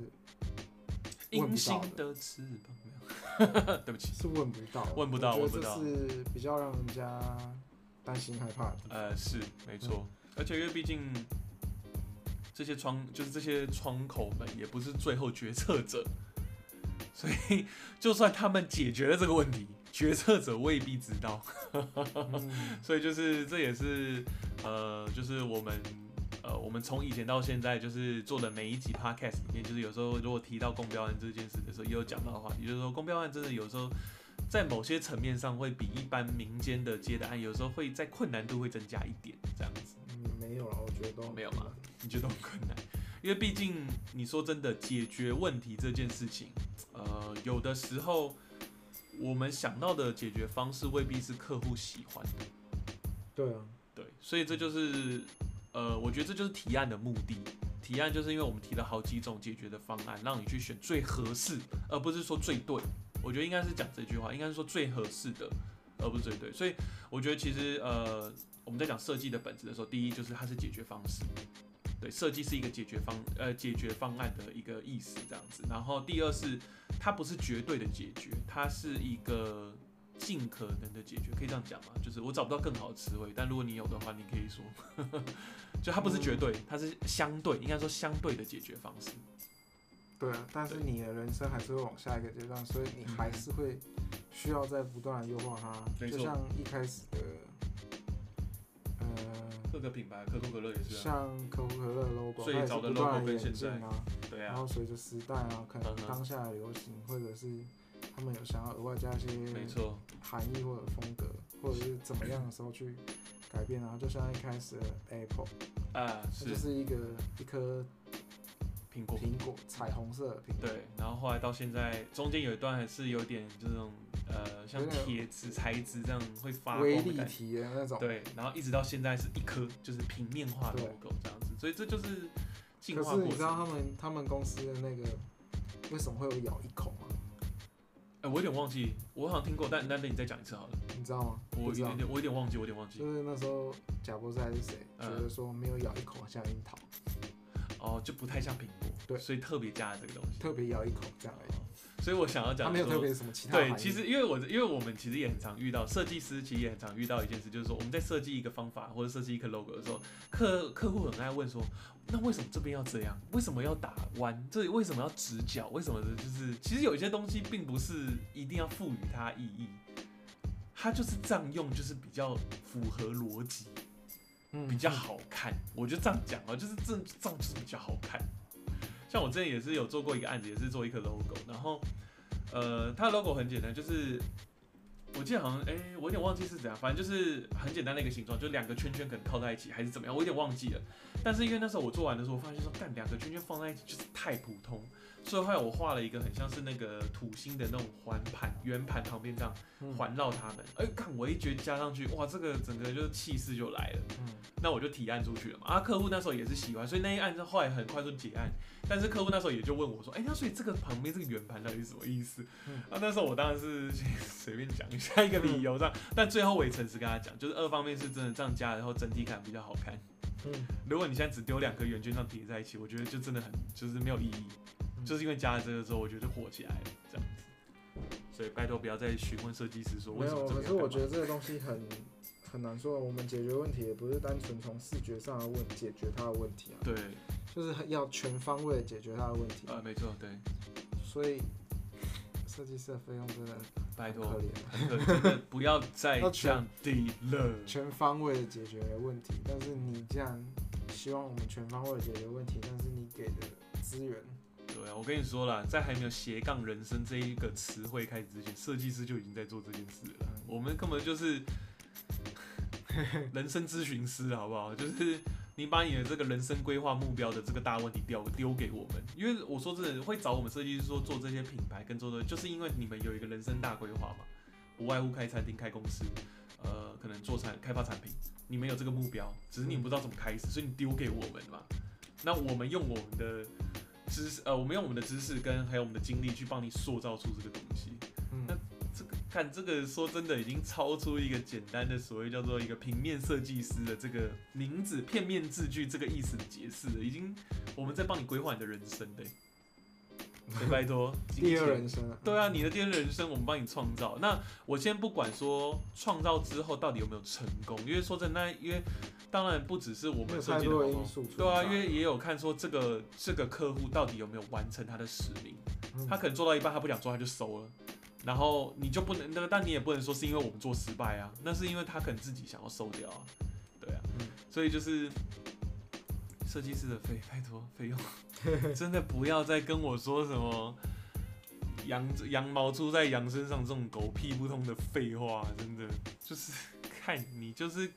[SPEAKER 1] 问不到
[SPEAKER 2] 隐形
[SPEAKER 1] 的
[SPEAKER 2] 的翅膀没有， 对不起，
[SPEAKER 1] 是问不到的，
[SPEAKER 2] 问不到
[SPEAKER 1] 我
[SPEAKER 2] 问
[SPEAKER 1] 觉
[SPEAKER 2] 不
[SPEAKER 1] 得
[SPEAKER 2] 到
[SPEAKER 1] 这是比较让人家担心害怕的 地方。
[SPEAKER 2] 呃，是没错，
[SPEAKER 1] 嗯
[SPEAKER 2] 而且因为毕竟这些窗就是这些窗口们也不是最后决策者，所以就算他们解决了这个问题，决策者未必知道。
[SPEAKER 1] 嗯
[SPEAKER 2] 所以就是这也是呃，就是我们呃，我们从以前到现在，就是做的每一集 podcast 里面，就是有时候如果提到公标案这件事的时候，也有讲到的话，也就是说公标案真的有时候在某些层面上会比一般民间的接的案，有时候会在困难度会增加一点这样子。
[SPEAKER 1] 嗯，没有了，我觉得都
[SPEAKER 2] 没有嘛你觉得很困难？因为毕竟你说真的，解决问题这件事情，呃，有的时候我们想到的解决方式未必是客户喜欢的。
[SPEAKER 1] 对啊，
[SPEAKER 2] 对，所以这就是呃，我觉得这就是提案的目的。提案就是因为我们提了好几种解决的方案，让你去选最合适，而不是说最对。我觉得应该是讲这句话，应该是说最合适的，而不是最对。所以我觉得其实呃，我们在讲设计的本质的时候，第一就是它是解决方式。对，设计是一个解决方呃解决方案的一个意思这样子。然后第二是它不是绝对的解决，它是一个尽可能的解决，可以这样讲吗？就是我找不到更好的词汇，但如果你有的话，你可以说， 就它不是绝对，它是相对，应该说相对的解决方式。
[SPEAKER 1] 对啊，但是
[SPEAKER 2] 对
[SPEAKER 1] 你的人生还是会往下一个阶段，所以你还是会需要在不断的优化它。
[SPEAKER 2] 没
[SPEAKER 1] 就
[SPEAKER 2] 错
[SPEAKER 1] 像一开始的，呃，
[SPEAKER 2] 各个品牌，可口可乐也是啊，
[SPEAKER 1] 像可口可乐的 logo，
[SPEAKER 2] 最
[SPEAKER 1] 它也是
[SPEAKER 2] 早的
[SPEAKER 1] 不断
[SPEAKER 2] logo 跟
[SPEAKER 1] 演
[SPEAKER 2] 现
[SPEAKER 1] 进
[SPEAKER 2] 在
[SPEAKER 1] 啊，
[SPEAKER 2] 对
[SPEAKER 1] 然
[SPEAKER 2] 啊，
[SPEAKER 1] 后随着时代啊，可能
[SPEAKER 2] 嗯哼
[SPEAKER 1] 当下的流行，或者是他们有想要额外加一
[SPEAKER 2] 没
[SPEAKER 1] 些
[SPEAKER 2] 错，
[SPEAKER 1] 含义或者风格，或者是怎么样的时候去改变啊。就像一开始的 Apple，
[SPEAKER 2] 啊
[SPEAKER 1] 它
[SPEAKER 2] 是
[SPEAKER 1] 就是一个一颗
[SPEAKER 2] 苹果，
[SPEAKER 1] 苹果，彩虹色的苹果。
[SPEAKER 2] 对，然后后来到现在，中间有一段还是有点这种呃，像
[SPEAKER 1] 有点
[SPEAKER 2] 铁质材质这样会发
[SPEAKER 1] 微
[SPEAKER 2] 光的
[SPEAKER 1] 立
[SPEAKER 2] 感觉。
[SPEAKER 1] 体的那种，
[SPEAKER 2] 对，然后一直到现在是一颗就是平面化的
[SPEAKER 1] 对
[SPEAKER 2] logo 这样子，所以这就是进
[SPEAKER 1] 可
[SPEAKER 2] 化
[SPEAKER 1] 是你
[SPEAKER 2] 过
[SPEAKER 1] 知道他
[SPEAKER 2] 程。
[SPEAKER 1] 们他们公司的那个为什么会有咬一口吗？
[SPEAKER 2] 哎、我有点忘记，我好像听过，但但等你再讲一次好了。
[SPEAKER 1] 你知道吗？
[SPEAKER 2] 我
[SPEAKER 1] 不
[SPEAKER 2] 有
[SPEAKER 1] 知道嗯
[SPEAKER 2] 点，点，我有点忘记，我有点忘记
[SPEAKER 1] 就。是那时候贾伯斯还是谁觉
[SPEAKER 2] 嗯
[SPEAKER 1] 得说没有咬一口像樱桃，
[SPEAKER 2] 哦，就不太像苹果，
[SPEAKER 1] 对
[SPEAKER 2] 所以特别加了这个东西。
[SPEAKER 1] 特别咬一口这样而已。
[SPEAKER 2] 哦所以我想要
[SPEAKER 1] 他
[SPEAKER 2] 讲
[SPEAKER 1] 没有
[SPEAKER 2] 说
[SPEAKER 1] 特别什么其他含
[SPEAKER 2] 对，
[SPEAKER 1] 义。
[SPEAKER 2] 其实因为我因为我们其实也很常遇到设计师，其实也很常遇到一件事，就是说我们在设计一个方法或者设计一个 logo 的时候，客客户很爱问说，那为什么这边要这样？为什么要打弯？这里为什么要直角？为什么就是其实有一些东西并不是一定要赋予它意义，它就是这样用就是比较符合逻辑。
[SPEAKER 1] 嗯，
[SPEAKER 2] 比较好看。我就这样讲啊，就是这这样就是比较好看。像我之前也是有做过一个案子，也是做一个 logo，然后呃，它的 logo 很简单，就是我记得好像哎、我有点忘记是怎样，反正就是很简单的一个形状，就两个圈圈可能靠在一起还是怎么样，我有点忘记了。但是因为那时候我做完的时候，我发现说，干两个圈圈放在一起就是太普通，所以后来我画了一个很像是那个土星的那种环盘圆盘旁边这样
[SPEAKER 1] 嗯
[SPEAKER 2] 环绕它们。哎、看我一觉得加上去，哇，这个整个就是气势就来了。
[SPEAKER 1] 嗯
[SPEAKER 2] 那我就提案出去了嘛。啊，客户那时候也是喜欢，所以那一案后来很快就结案。但是客户那时候也就问我说：“哎、那所以这个旁边这个圆盘到底是什么意思？”
[SPEAKER 1] 嗯
[SPEAKER 2] 啊，那时候我当然是 随便讲一下一个理由这样，但最后我也诚实跟他讲，就是二方面是真的这样加，然后整体感比较好看。
[SPEAKER 1] 嗯，
[SPEAKER 2] 如果你现在只丢两颗圆圈上叠在一起，我觉得就真的很就是没有意义。
[SPEAKER 1] 嗯
[SPEAKER 2] 就是因为加了这个之后，我觉得火起来了这样子。所以拜托不要再询问设计师说
[SPEAKER 1] 没
[SPEAKER 2] 为什么
[SPEAKER 1] 有，
[SPEAKER 2] 这个
[SPEAKER 1] 可
[SPEAKER 2] 要
[SPEAKER 1] 是我
[SPEAKER 2] 干嘛
[SPEAKER 1] 觉得这个东西很很难说。我们解决问题也不是单纯从视觉上的问解决它的问题啊，
[SPEAKER 2] 对，
[SPEAKER 1] 就是要全方位的解决它的问题。
[SPEAKER 2] 呃，没错，对，
[SPEAKER 1] 所以设计师的费用真的
[SPEAKER 2] 拜
[SPEAKER 1] 很
[SPEAKER 2] 托，
[SPEAKER 1] 可怜，啊
[SPEAKER 2] 对哦真的不要再
[SPEAKER 1] 要
[SPEAKER 2] 这样低了。
[SPEAKER 1] 全方位的解决问题。但是你这样希望我们全方位的解决问题，但是你给的资源，
[SPEAKER 2] 对啊，我跟你说啦，在还没有斜杠人生这一个词汇开始之前，设计师就已经在做这件事了。
[SPEAKER 1] 嗯
[SPEAKER 2] 我们根本就是人生咨询师，好不好？就是你把你的这个人生规划目标的这个大问题丢丢给我们，因为我说真的，会找我们设计师说做这些品牌跟做的，就是因为你们有一个人生大规划嘛，不外乎开餐厅、开公司，呃，可能做产开发产品，你们有这个目标，只是你们不知道怎么开始，所以你丢给我们嘛，那我们用我们的。知识，呃，我们用我们的知识跟还有我们的精力去帮你塑造出这个东西。
[SPEAKER 1] 嗯
[SPEAKER 2] 那这个看这个说真的，已经超出一个简单的所谓叫做一个平面设计师的这个名字片面字句这个意思的解释了，已经我们在帮你规划你的人生 的、所以拜托，
[SPEAKER 1] 第二
[SPEAKER 2] 金钱
[SPEAKER 1] 人生啊，
[SPEAKER 2] 对啊，你的第二人生我们帮你创造。那我先不管说创造之后到底有没有成功，因为说真的，那因为当然不只是我
[SPEAKER 1] 没有
[SPEAKER 2] 们设
[SPEAKER 1] 太
[SPEAKER 2] 计的
[SPEAKER 1] 多的
[SPEAKER 2] 好不好
[SPEAKER 1] 因素存在。
[SPEAKER 2] 对啊，因为也有看说这个这个客户到底有没有完成他的使命，
[SPEAKER 1] 嗯
[SPEAKER 2] 他可能做到一半他不想做他就收了，然后你就不能那个，但你也不能说是因为我们做失败啊，那是因为他可能自己想要收掉啊，对啊，
[SPEAKER 1] 嗯
[SPEAKER 2] 所以就是设计师的费，拜托费用 真的不要再跟我说什么。羊羊毛出在羊身上这种狗屁不通的废话，真的就是看你就是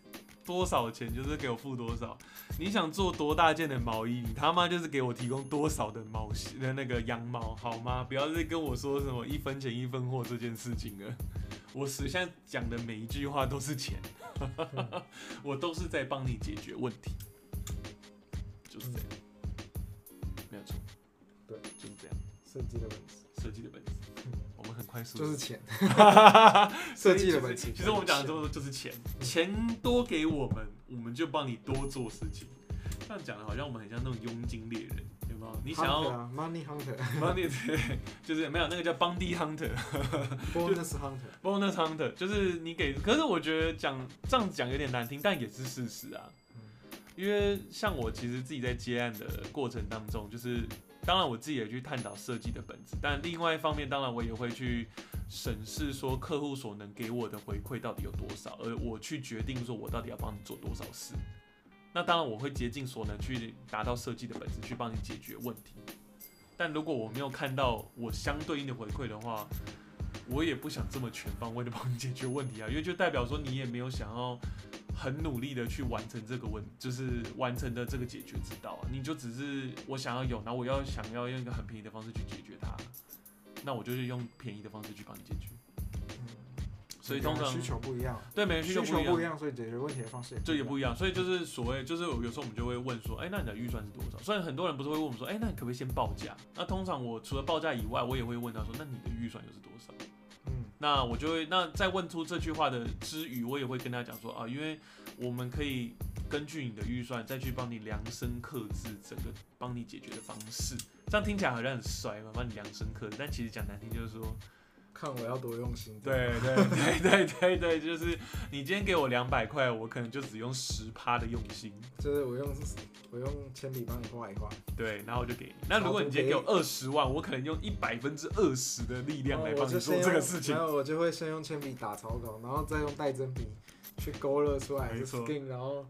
[SPEAKER 2] 多少钱就是给我付多少，你想做多大件的毛衣，你他妈就是给我提供多少的毛的那个羊毛好吗？不要再跟我说什么一分钱一分货这件事情了。我实现在讲的每一句话都是钱， 我都是在帮你解决问题，就是这样，没有错，
[SPEAKER 1] 对，
[SPEAKER 2] 就是这样，
[SPEAKER 1] 设计的本质
[SPEAKER 2] 设计的本质，我们很快速地
[SPEAKER 1] 就是钱，
[SPEAKER 2] 所
[SPEAKER 1] 设
[SPEAKER 2] 以
[SPEAKER 1] 计的
[SPEAKER 2] 其实
[SPEAKER 1] 本质。嗯
[SPEAKER 2] 其实我们讲的这么多就是钱，钱多给我们，我们就帮你多做事情。这样讲的好像我们很像那种佣金猎人，有没有？你想要
[SPEAKER 1] hunter 啊 money hunter
[SPEAKER 2] 帮你 对，就是没有那个叫帮地 hunter、
[SPEAKER 1] bonus hunter，
[SPEAKER 2] bonus hunter，就是你给。可是我觉得讲这样子讲有点难听，但也是事实啊。
[SPEAKER 1] 嗯
[SPEAKER 2] 因为像我其实自己在接案的过程当中，就是当然我自己也去探讨设计的本质，但另外一方面，当然我也会去审视说客户所能给我的回馈到底有多少，而我去决定说我到底要帮你做多少事。那当然我会竭尽所能去达到设计的本质，去帮你解决问题。但如果我没有看到我相对应的回馈的话，我也不想这么全方位的帮你解决问题啊，因为就代表说你也没有想要很努力的去完成这个问，就是完成的这个解决之道啊，你就只是我想要有，然后我要想要用一个很便宜的方式去解决它，那我就是用便宜的方式去帮你解决。
[SPEAKER 1] 嗯
[SPEAKER 2] 所以通常
[SPEAKER 1] 需求不一样，
[SPEAKER 2] 对每个人需
[SPEAKER 1] 需
[SPEAKER 2] 求
[SPEAKER 1] 求
[SPEAKER 2] 不一
[SPEAKER 1] 不一样，
[SPEAKER 2] 样，
[SPEAKER 1] 啊所以解决问题的方式也
[SPEAKER 2] 这也
[SPEAKER 1] 不
[SPEAKER 2] 不一样，所以就是所谓就是有时候我们就会问说，哎、那你的预算是多少？虽然很多人不是会问我们说，哎、那你可不可以先报价？那通常我除了报价以外，我也会问他说，那你的预算又是多少？
[SPEAKER 1] 一样。
[SPEAKER 2] 那我就会那在问出这句话的之余，我也会跟他讲说啊，因为我们可以根据你的预算再去帮你量身刻制整个帮你解决的方式。这样听起来好像很帅嘛，帮你量身刻制，但其实讲难听就是说，
[SPEAKER 1] 嗯，看我要多用心。，
[SPEAKER 2] 对对对对对对，就是你今天给我两百块，我可能就只用十趴的用心，
[SPEAKER 1] 就是我用我用铅笔帮你画一画，
[SPEAKER 2] 对，然后我就给你。那如果你今天给我二十万，我可能用一百分之二十的力量来
[SPEAKER 1] 然后
[SPEAKER 2] 帮
[SPEAKER 1] 我
[SPEAKER 2] 你
[SPEAKER 1] 就
[SPEAKER 2] 做
[SPEAKER 1] 先
[SPEAKER 2] 这个
[SPEAKER 1] 用
[SPEAKER 2] 事情
[SPEAKER 1] 然。后我就会先用铅笔打草稿，然后再用带针笔去勾勒出来
[SPEAKER 2] 没
[SPEAKER 1] 是
[SPEAKER 2] 错
[SPEAKER 1] skin，然后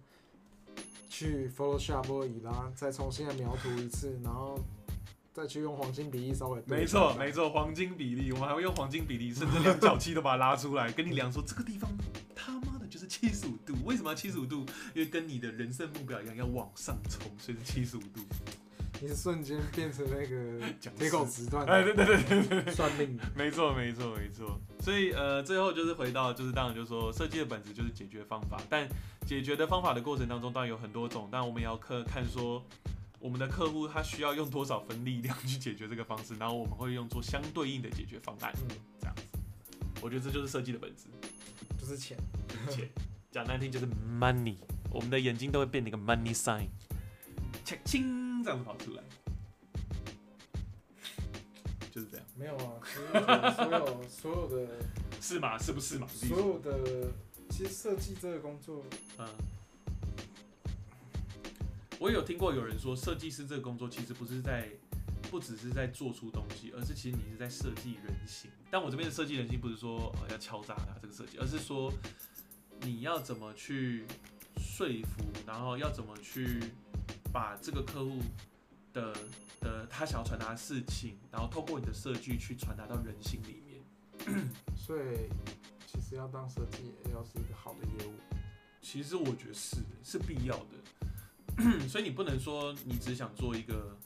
[SPEAKER 1] 去 Photoshop 或以拉再重新的描图一次，然后再去用黄金比例稍微对
[SPEAKER 2] 没
[SPEAKER 1] 一下
[SPEAKER 2] 错，没错，黄金比例，我们还会用黄金比例，甚至量角器都把它拉出来，跟你量说这个地方他妈的就是七十五度，为什么要七十五度？因为跟你的人生目标一样，要往上冲，所以是七十五度。
[SPEAKER 1] 你是瞬间变成那个
[SPEAKER 2] 讲
[SPEAKER 1] 铁口直断
[SPEAKER 2] 哎，对
[SPEAKER 1] 的
[SPEAKER 2] 对对对 对，
[SPEAKER 1] 算命，
[SPEAKER 2] 没错，没错，没错。所以呃，最后就是回到，就是当然就是说，设计的本质就是解决方法，但解决的方法的过程当中，当然有很多种，但我们也要看看说。我们的客户他需要用多少分力量去解决这个方式，然后我们会用做相对应的解决方案，
[SPEAKER 1] 嗯，
[SPEAKER 2] 这样子。我觉得这就是设计的本质，
[SPEAKER 1] 就是钱。
[SPEAKER 2] 而且讲难听就是 money，我们的眼睛都会变成一个 money sign，切清这样跑出来，就是这样，
[SPEAKER 1] 没有啊，其实所有所有 的
[SPEAKER 2] 是吗？是不是嘛？
[SPEAKER 1] 所有的，其实设计这个工作，
[SPEAKER 2] 嗯，我有听过有人说，设计师这个工作其实不是在，不只是在做出东西，而是其实你是在设计人心。但我这边的设计人心不是说、呃要敲诈他这个设计，而是说你要怎么去说服，然后要怎么去把这个客户的的他想要传达的事情，然后透过你的设计去传达到人心里面。
[SPEAKER 1] 所以其实要当设计也要是一个好的业务。
[SPEAKER 2] 其实我觉得是是必要的， 所以你不能说你只想做一个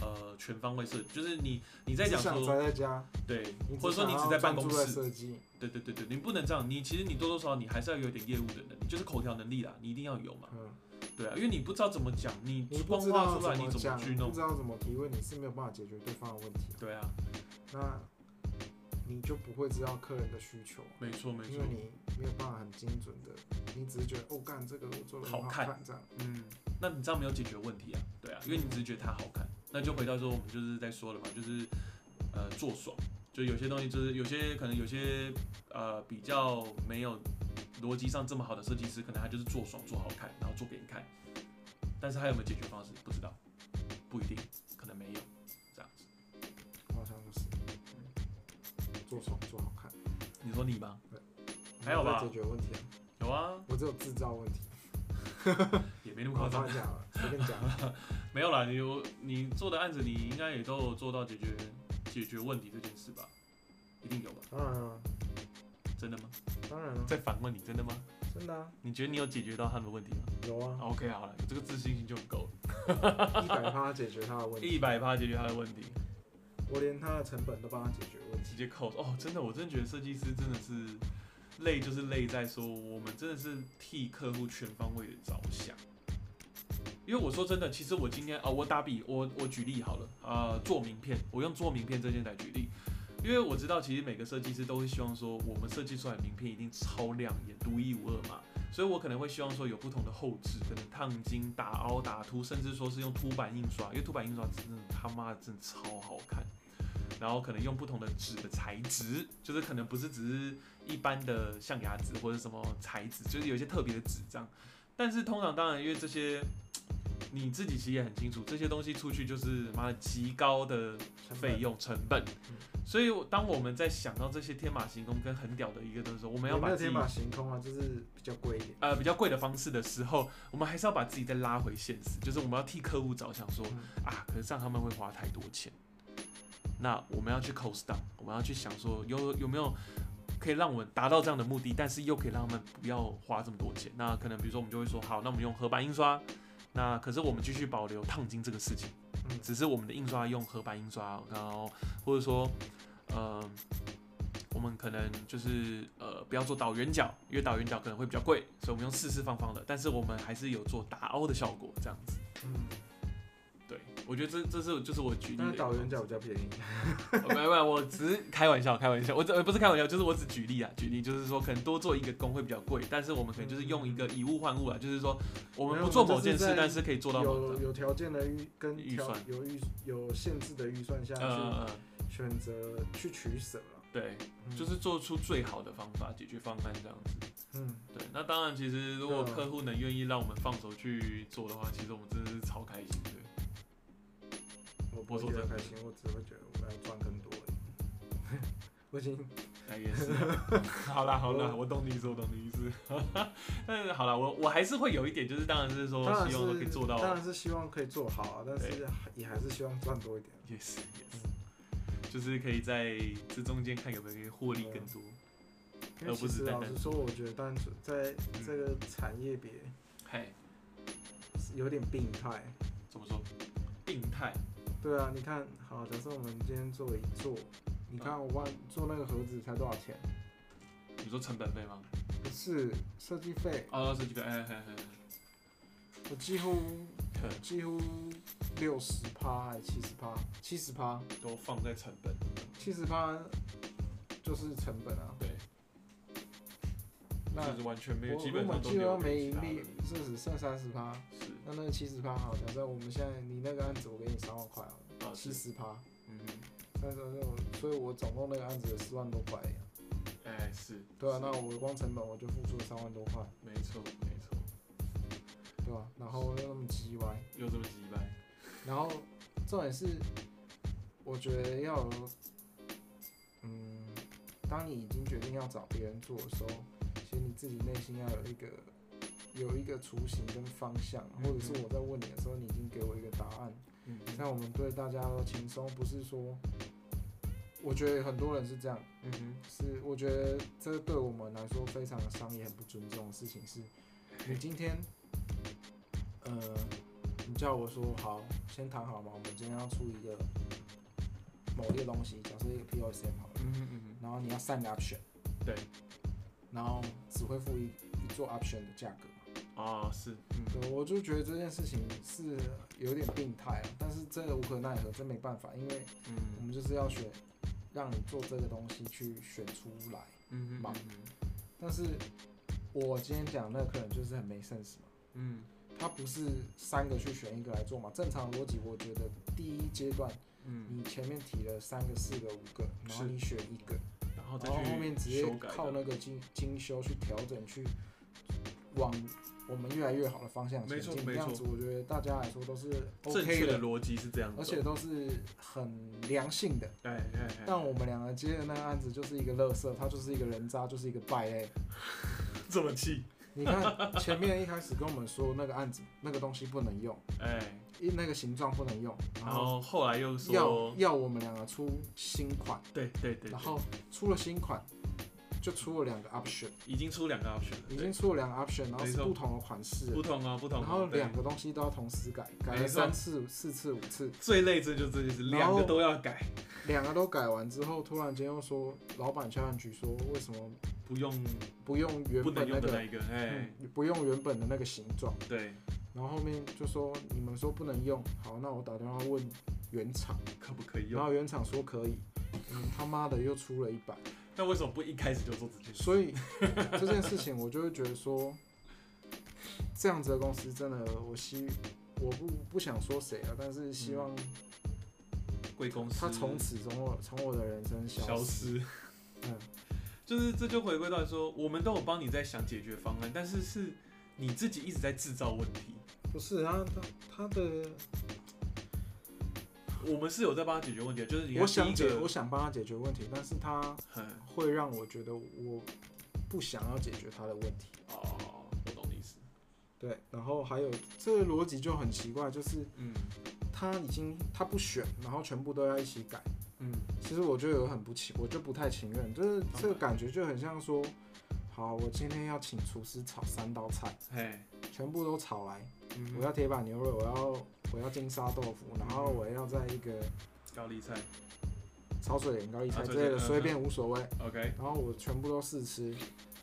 [SPEAKER 2] 呃全方位设计，就是你你在
[SPEAKER 1] 只
[SPEAKER 2] 讲
[SPEAKER 1] 想
[SPEAKER 2] 说
[SPEAKER 1] 宅在家，
[SPEAKER 2] 对
[SPEAKER 1] 你，
[SPEAKER 2] 或者说你只
[SPEAKER 1] 想
[SPEAKER 2] 在
[SPEAKER 1] 要专
[SPEAKER 2] 办公
[SPEAKER 1] 注在
[SPEAKER 2] 室，
[SPEAKER 1] 设计，
[SPEAKER 2] 对对对对，你不能这样，你其实你多多少少你还是要有点业务的能力，就是口条能力啦，你一定要有嘛，
[SPEAKER 1] 嗯，
[SPEAKER 2] 对啊，因为你不知道怎么讲，你
[SPEAKER 1] 你不
[SPEAKER 2] 光
[SPEAKER 1] 知
[SPEAKER 2] 画
[SPEAKER 1] 道
[SPEAKER 2] 出来
[SPEAKER 1] 怎
[SPEAKER 2] 你
[SPEAKER 1] 么
[SPEAKER 2] 怎么
[SPEAKER 1] 讲，
[SPEAKER 2] 去
[SPEAKER 1] 你不
[SPEAKER 2] 弄
[SPEAKER 1] 知，道怎么提问，你是没有办法解决对方的问题啊。
[SPEAKER 2] 对啊，
[SPEAKER 1] 那你就不会知道客人的需求，
[SPEAKER 2] 没错没
[SPEAKER 1] 因
[SPEAKER 2] 错
[SPEAKER 1] 为，你没有办法很精准的，你只是觉得哦，干这个我做的很
[SPEAKER 2] 好
[SPEAKER 1] 好
[SPEAKER 2] 看
[SPEAKER 1] 看这样。
[SPEAKER 2] 嗯，那你这样没有解决问题啊，对啊，因为你只是觉得它好看，那就回到说我们就是在说了嘛，就是呃做爽，就有些东西就是有些可能有些呃比较没有逻辑上这么好的设计师，可能他就是做爽做好看，然后做给你看，但是他有没有解决方式不知道，不一定，可能没有，这样子。
[SPEAKER 1] 我好像就是做爽做好看，
[SPEAKER 2] 你说你吗？还
[SPEAKER 1] 没
[SPEAKER 2] 有吧
[SPEAKER 1] 解决问题啊，
[SPEAKER 2] 有啊，
[SPEAKER 1] 我只有制造问题，
[SPEAKER 2] 也没那么
[SPEAKER 1] 我
[SPEAKER 2] 夸
[SPEAKER 1] 乱
[SPEAKER 2] 张，
[SPEAKER 1] 讲了，随便讲了。
[SPEAKER 2] 没有啦，你有你做的案子你应该也都有做到解决解决问题这件事吧，一定有吧？
[SPEAKER 1] 当然了，
[SPEAKER 2] 真的吗？
[SPEAKER 1] 当然了，
[SPEAKER 2] 在反问你，真的吗？
[SPEAKER 1] 真的啊，
[SPEAKER 2] 你觉得你有解决到他们的问题吗
[SPEAKER 1] 有啊，
[SPEAKER 2] ？OK，好了，有这个自信心就很够了，
[SPEAKER 1] 一百趴解决他的问题，
[SPEAKER 2] 一百趴解决他的问题，
[SPEAKER 1] 我连他的成本都帮他解决问
[SPEAKER 2] 直
[SPEAKER 1] 题。
[SPEAKER 2] 接扣。哦，真的，我真的觉得设计师真的是累，就是累在说我们真的是替客户全方位的着想。因为我说真的，其实我今天啊、我打比我我举例好了，呃，做名片，我用做名片这件来举例，因为我知道其实每个设计师都会希望说，我们设计出来的名片一定超亮眼、独一无二嘛，所以我可能会希望说有不同的后置，可能烫金、打凹、打凸，甚至说是用凸版印刷，因为凸版印刷真的他妈的真的超好看。然后可能用不同的纸的材质，就是可能不是只是一般的象牙纸或者什么材质，就是有一些特别的纸这样。但是通常当然，因为这些你自己其实也很清楚，这些东西出去就是妈的极高的
[SPEAKER 1] 成本
[SPEAKER 2] 费用成本
[SPEAKER 1] 嗯。
[SPEAKER 2] 所以我当我们在想到这些天马行空跟很屌的一个的时候，我们要
[SPEAKER 1] 也没
[SPEAKER 2] 把
[SPEAKER 1] 有
[SPEAKER 2] 自己
[SPEAKER 1] 天马行空啊，就是比较贵一点。
[SPEAKER 2] 呃比较贵的方式的时候，我们还是要把自己再拉回现实，就是我们要替客户着想说，
[SPEAKER 1] 嗯
[SPEAKER 2] 啊，可是这样他们会花太多钱。那我们要去 cost down，我们要去想说有有没有可以让我们达到这样的目的，但是又可以让他们不要花这么多钱。那可能比如说我们就会说，好，那我们用合板印刷，那可是我们继续保留烫金这个事情，
[SPEAKER 1] 嗯
[SPEAKER 2] 只是我们的印刷用合板印刷，然后或者说，呃，我们可能就是呃不要做倒圆角，因为倒圆角可能会比较贵，所以我们用四四方方的，但是我们还是有做打凹的效果这样子。
[SPEAKER 1] 嗯，
[SPEAKER 2] 对，我觉得这这是就是我举例的
[SPEAKER 1] 但
[SPEAKER 2] 一
[SPEAKER 1] 是
[SPEAKER 2] 个
[SPEAKER 1] 导员
[SPEAKER 2] 方式哦
[SPEAKER 1] 角比较便宜。啊
[SPEAKER 2] 没有没有，我只是开玩笑，开玩笑，我这呃不是开玩笑，就是我只举例啊，举例就是说可能多做一个工会比较贵，但是我们可能就是用一个以物换物啊，就是说我们不做某件事，但是可以做到某
[SPEAKER 1] 有
[SPEAKER 2] 种。
[SPEAKER 1] 有条件的预跟
[SPEAKER 2] 预
[SPEAKER 1] 条
[SPEAKER 2] 算
[SPEAKER 1] 有预有限制的预算下去
[SPEAKER 2] 呃，
[SPEAKER 1] 选择去取舍了，
[SPEAKER 2] 对，
[SPEAKER 1] 嗯
[SPEAKER 2] 就是做出最好的方法解决方案这样子。
[SPEAKER 1] 嗯，
[SPEAKER 2] 对，那当然，其实如果
[SPEAKER 1] 对啊
[SPEAKER 2] 客户能愿意让我们放手去做的话，其实我们真的是超开心的。
[SPEAKER 1] 我
[SPEAKER 2] 我
[SPEAKER 1] 不
[SPEAKER 2] 说
[SPEAKER 1] 会觉得
[SPEAKER 2] 真的
[SPEAKER 1] 开心，我只会觉得我要赚更多而已。我已经
[SPEAKER 2] 哎，也是。好啦好啦，我懂你意思，我懂你意思。
[SPEAKER 1] 嗯
[SPEAKER 2] 但是好啦，我我还是会有一点，就是当然是说
[SPEAKER 1] 当然
[SPEAKER 2] 希望都可以
[SPEAKER 1] 是
[SPEAKER 2] 做到，
[SPEAKER 1] 当然是希望可以做好啊，但
[SPEAKER 2] 对
[SPEAKER 1] 是也还是希望赚多一点。
[SPEAKER 2] 也是也是，
[SPEAKER 1] 嗯
[SPEAKER 2] 就是可以在这中间看有没有可以获利更多。
[SPEAKER 1] 嗯因为
[SPEAKER 2] 而不
[SPEAKER 1] 其
[SPEAKER 2] 是
[SPEAKER 1] 实
[SPEAKER 2] 单
[SPEAKER 1] 老
[SPEAKER 2] 单嗯
[SPEAKER 1] 实说，我觉得单纯在这个产业别
[SPEAKER 2] 嗨，
[SPEAKER 1] 是有点病态。
[SPEAKER 2] 怎么说？病态，
[SPEAKER 1] 对啊，你看，好，假设我们今天做一做，你
[SPEAKER 2] 嗯
[SPEAKER 1] 看我帮做那个盒子才多少钱？
[SPEAKER 2] 你说成本费吗？
[SPEAKER 1] 不是设计费，
[SPEAKER 2] 哦，设计费，哎哎哎，
[SPEAKER 1] 我几乎
[SPEAKER 2] 哎
[SPEAKER 1] 几乎六十趴还七十趴，七十趴，
[SPEAKER 2] 都放在成本。
[SPEAKER 1] 七十趴就是成本啊。
[SPEAKER 2] 对，
[SPEAKER 1] 那
[SPEAKER 2] 就是完全没有，
[SPEAKER 1] 我
[SPEAKER 2] 基
[SPEAKER 1] 如
[SPEAKER 2] 本
[SPEAKER 1] 果
[SPEAKER 2] 上都
[SPEAKER 1] 基本上没
[SPEAKER 2] 没有
[SPEAKER 1] 盈
[SPEAKER 2] 其他的
[SPEAKER 1] 利，是只剩三十趴。
[SPEAKER 2] 是
[SPEAKER 1] 那那七十趴好，假设我们现在你那个案子我给你三万块好了，
[SPEAKER 2] 啊，
[SPEAKER 1] 七
[SPEAKER 2] 是，
[SPEAKER 1] 十趴，
[SPEAKER 2] 嗯，
[SPEAKER 1] 三十就所以我总共那个案子有四万多块啊呀。
[SPEAKER 2] 哎，是，
[SPEAKER 1] 对啊，
[SPEAKER 2] 是
[SPEAKER 1] 那我光成本我就付出了三万多块，
[SPEAKER 2] 没错没错，
[SPEAKER 1] 对吧、然后又那么鸡歪，
[SPEAKER 2] 又这么几百，
[SPEAKER 1] 然后重点是，我觉得要有，嗯，当你已经决定要找别人做的时候，其实你自己内心要有一个有一个雏形跟方向，
[SPEAKER 2] 嗯
[SPEAKER 1] 或者是我在问你的时候，你已经给我一个答案，
[SPEAKER 2] 嗯，
[SPEAKER 1] 那我们对大家都轻松，不是说，我觉得很多人是这样。
[SPEAKER 2] 嗯哼，
[SPEAKER 1] 是，我觉得这对我们来说非常的商业很不尊重的事情是，你今天，呃，你叫我说好，先谈好嘛，我们今天要出一个某一个东西，假设一个 POSM 好了，
[SPEAKER 2] 嗯哼嗯
[SPEAKER 1] 然后你要三个 option，
[SPEAKER 2] 对，
[SPEAKER 1] 然后只会付一一座 option 的价格嘛，
[SPEAKER 2] 哼，啊，是，嗯，
[SPEAKER 1] 对，我就觉得这件事情是有点病态啊，但是这无可奈何，真没办法，因为我
[SPEAKER 2] 嗯
[SPEAKER 1] 们就是要选，让你做这个东西去选出来。
[SPEAKER 2] 嗯哼，
[SPEAKER 1] 忙
[SPEAKER 2] 嗯哼
[SPEAKER 1] 但是我今天讲那个客人就是很没 sense 嘛，
[SPEAKER 2] 嗯
[SPEAKER 1] 他不是三个去选一个来做嘛？正常逻辑，我觉得第一阶段
[SPEAKER 2] 嗯，
[SPEAKER 1] 你前面提了三个、四个、五个，然后
[SPEAKER 2] 是
[SPEAKER 1] 你选一个，
[SPEAKER 2] 然后再
[SPEAKER 1] 然后
[SPEAKER 2] 去
[SPEAKER 1] 后面直接
[SPEAKER 2] 修改的
[SPEAKER 1] 靠那个精精修去调整，去往我们越来越好的方向前
[SPEAKER 2] 没错
[SPEAKER 1] 进。
[SPEAKER 2] 没
[SPEAKER 1] 这
[SPEAKER 2] 错
[SPEAKER 1] 样子，我觉得大家来说都是
[SPEAKER 2] 正确
[SPEAKER 1] OK 的，
[SPEAKER 2] 的逻辑是这样子，
[SPEAKER 1] 而且都是很良性的。
[SPEAKER 2] 哎，哎哎，哎
[SPEAKER 1] 但我们两个接的那个案子就是一个垃圾，它就是一个人渣，就是一个败类。
[SPEAKER 2] 这么气，
[SPEAKER 1] 你看前面一开始跟我们说那个案子那个东西不能用，
[SPEAKER 2] 哎，
[SPEAKER 1] 一那个形状不能用，然
[SPEAKER 2] 然
[SPEAKER 1] 后
[SPEAKER 2] 后后来又
[SPEAKER 1] 要
[SPEAKER 2] 哦说，
[SPEAKER 1] 要我们两个出新款，
[SPEAKER 2] 对对对，
[SPEAKER 1] 然
[SPEAKER 2] 对
[SPEAKER 1] 后出了新款就出了两个 option，
[SPEAKER 2] 已经出两个 option 了，
[SPEAKER 1] 已
[SPEAKER 2] 对
[SPEAKER 1] 经出了两个 option，然后
[SPEAKER 2] 没
[SPEAKER 1] 是
[SPEAKER 2] 错
[SPEAKER 1] 不同的款式了，
[SPEAKER 2] 不同啊不同啊，
[SPEAKER 1] 然后
[SPEAKER 2] 对
[SPEAKER 1] 两个东西都要同时改，改
[SPEAKER 2] 没
[SPEAKER 1] 了
[SPEAKER 2] 错
[SPEAKER 1] 三次、四次、五次，
[SPEAKER 2] 最累这就这就是两个都要改，
[SPEAKER 1] 两个都改完之后，突然间又说老板消防局说为什么
[SPEAKER 2] 不用
[SPEAKER 1] 不用原
[SPEAKER 2] 不能
[SPEAKER 1] 本那
[SPEAKER 2] 用的那
[SPEAKER 1] 个，
[SPEAKER 2] 一个，哎，
[SPEAKER 1] 嗯不用原本的那个形状。
[SPEAKER 2] 对，
[SPEAKER 1] 然后后面就说你们说不能用，好，那我打电话问原厂，
[SPEAKER 2] 可不可以
[SPEAKER 1] 然
[SPEAKER 2] 用？
[SPEAKER 1] 后原厂说可以，嗯，他妈的又出了一 百，
[SPEAKER 2] 那为什么不一开始就做这件事？
[SPEAKER 1] 所以这件事情我就会觉得说，这样子的公司真的，我希我不不想说谁啊，但是希望
[SPEAKER 2] 贵嗯公司
[SPEAKER 1] 他从此从我从我的人生消
[SPEAKER 2] 消失，
[SPEAKER 1] 嗯，
[SPEAKER 2] 就是这就回归到说，我们都有帮你在想解决方案，但是是你自己一直在制造问题。
[SPEAKER 1] 不是啊，他他的，
[SPEAKER 2] 我们是有在帮他解决问题的，就是你看
[SPEAKER 1] 我想
[SPEAKER 2] 第一
[SPEAKER 1] 解
[SPEAKER 2] 个
[SPEAKER 1] 我想帮他解决问题，但是他
[SPEAKER 2] 嗯
[SPEAKER 1] 会让我觉得我不想要解决他的问题。
[SPEAKER 2] 哦，我懂你意思，
[SPEAKER 1] 对，然后还有这个逻辑就很奇怪，就是
[SPEAKER 2] 嗯
[SPEAKER 1] 他已经他不选，然后全部都要一起改。
[SPEAKER 2] 嗯，
[SPEAKER 1] 其实我就有很不情，我就不太情愿，就是这个感觉就很像说，好，我今天要请厨师炒三道菜，
[SPEAKER 2] 嘿，
[SPEAKER 1] 全部都炒来，
[SPEAKER 2] 嗯
[SPEAKER 1] 我要铁板牛肉，我要我要金沙豆腐，然后我要在一个
[SPEAKER 2] 高丽菜
[SPEAKER 1] 炒水莲、高丽
[SPEAKER 2] 啊
[SPEAKER 1] 菜
[SPEAKER 2] 对
[SPEAKER 1] 之类
[SPEAKER 2] 对
[SPEAKER 1] 的，
[SPEAKER 2] 嗯
[SPEAKER 1] 随便无所谓，
[SPEAKER 2] ，OK，
[SPEAKER 1] 然后我全部都试吃，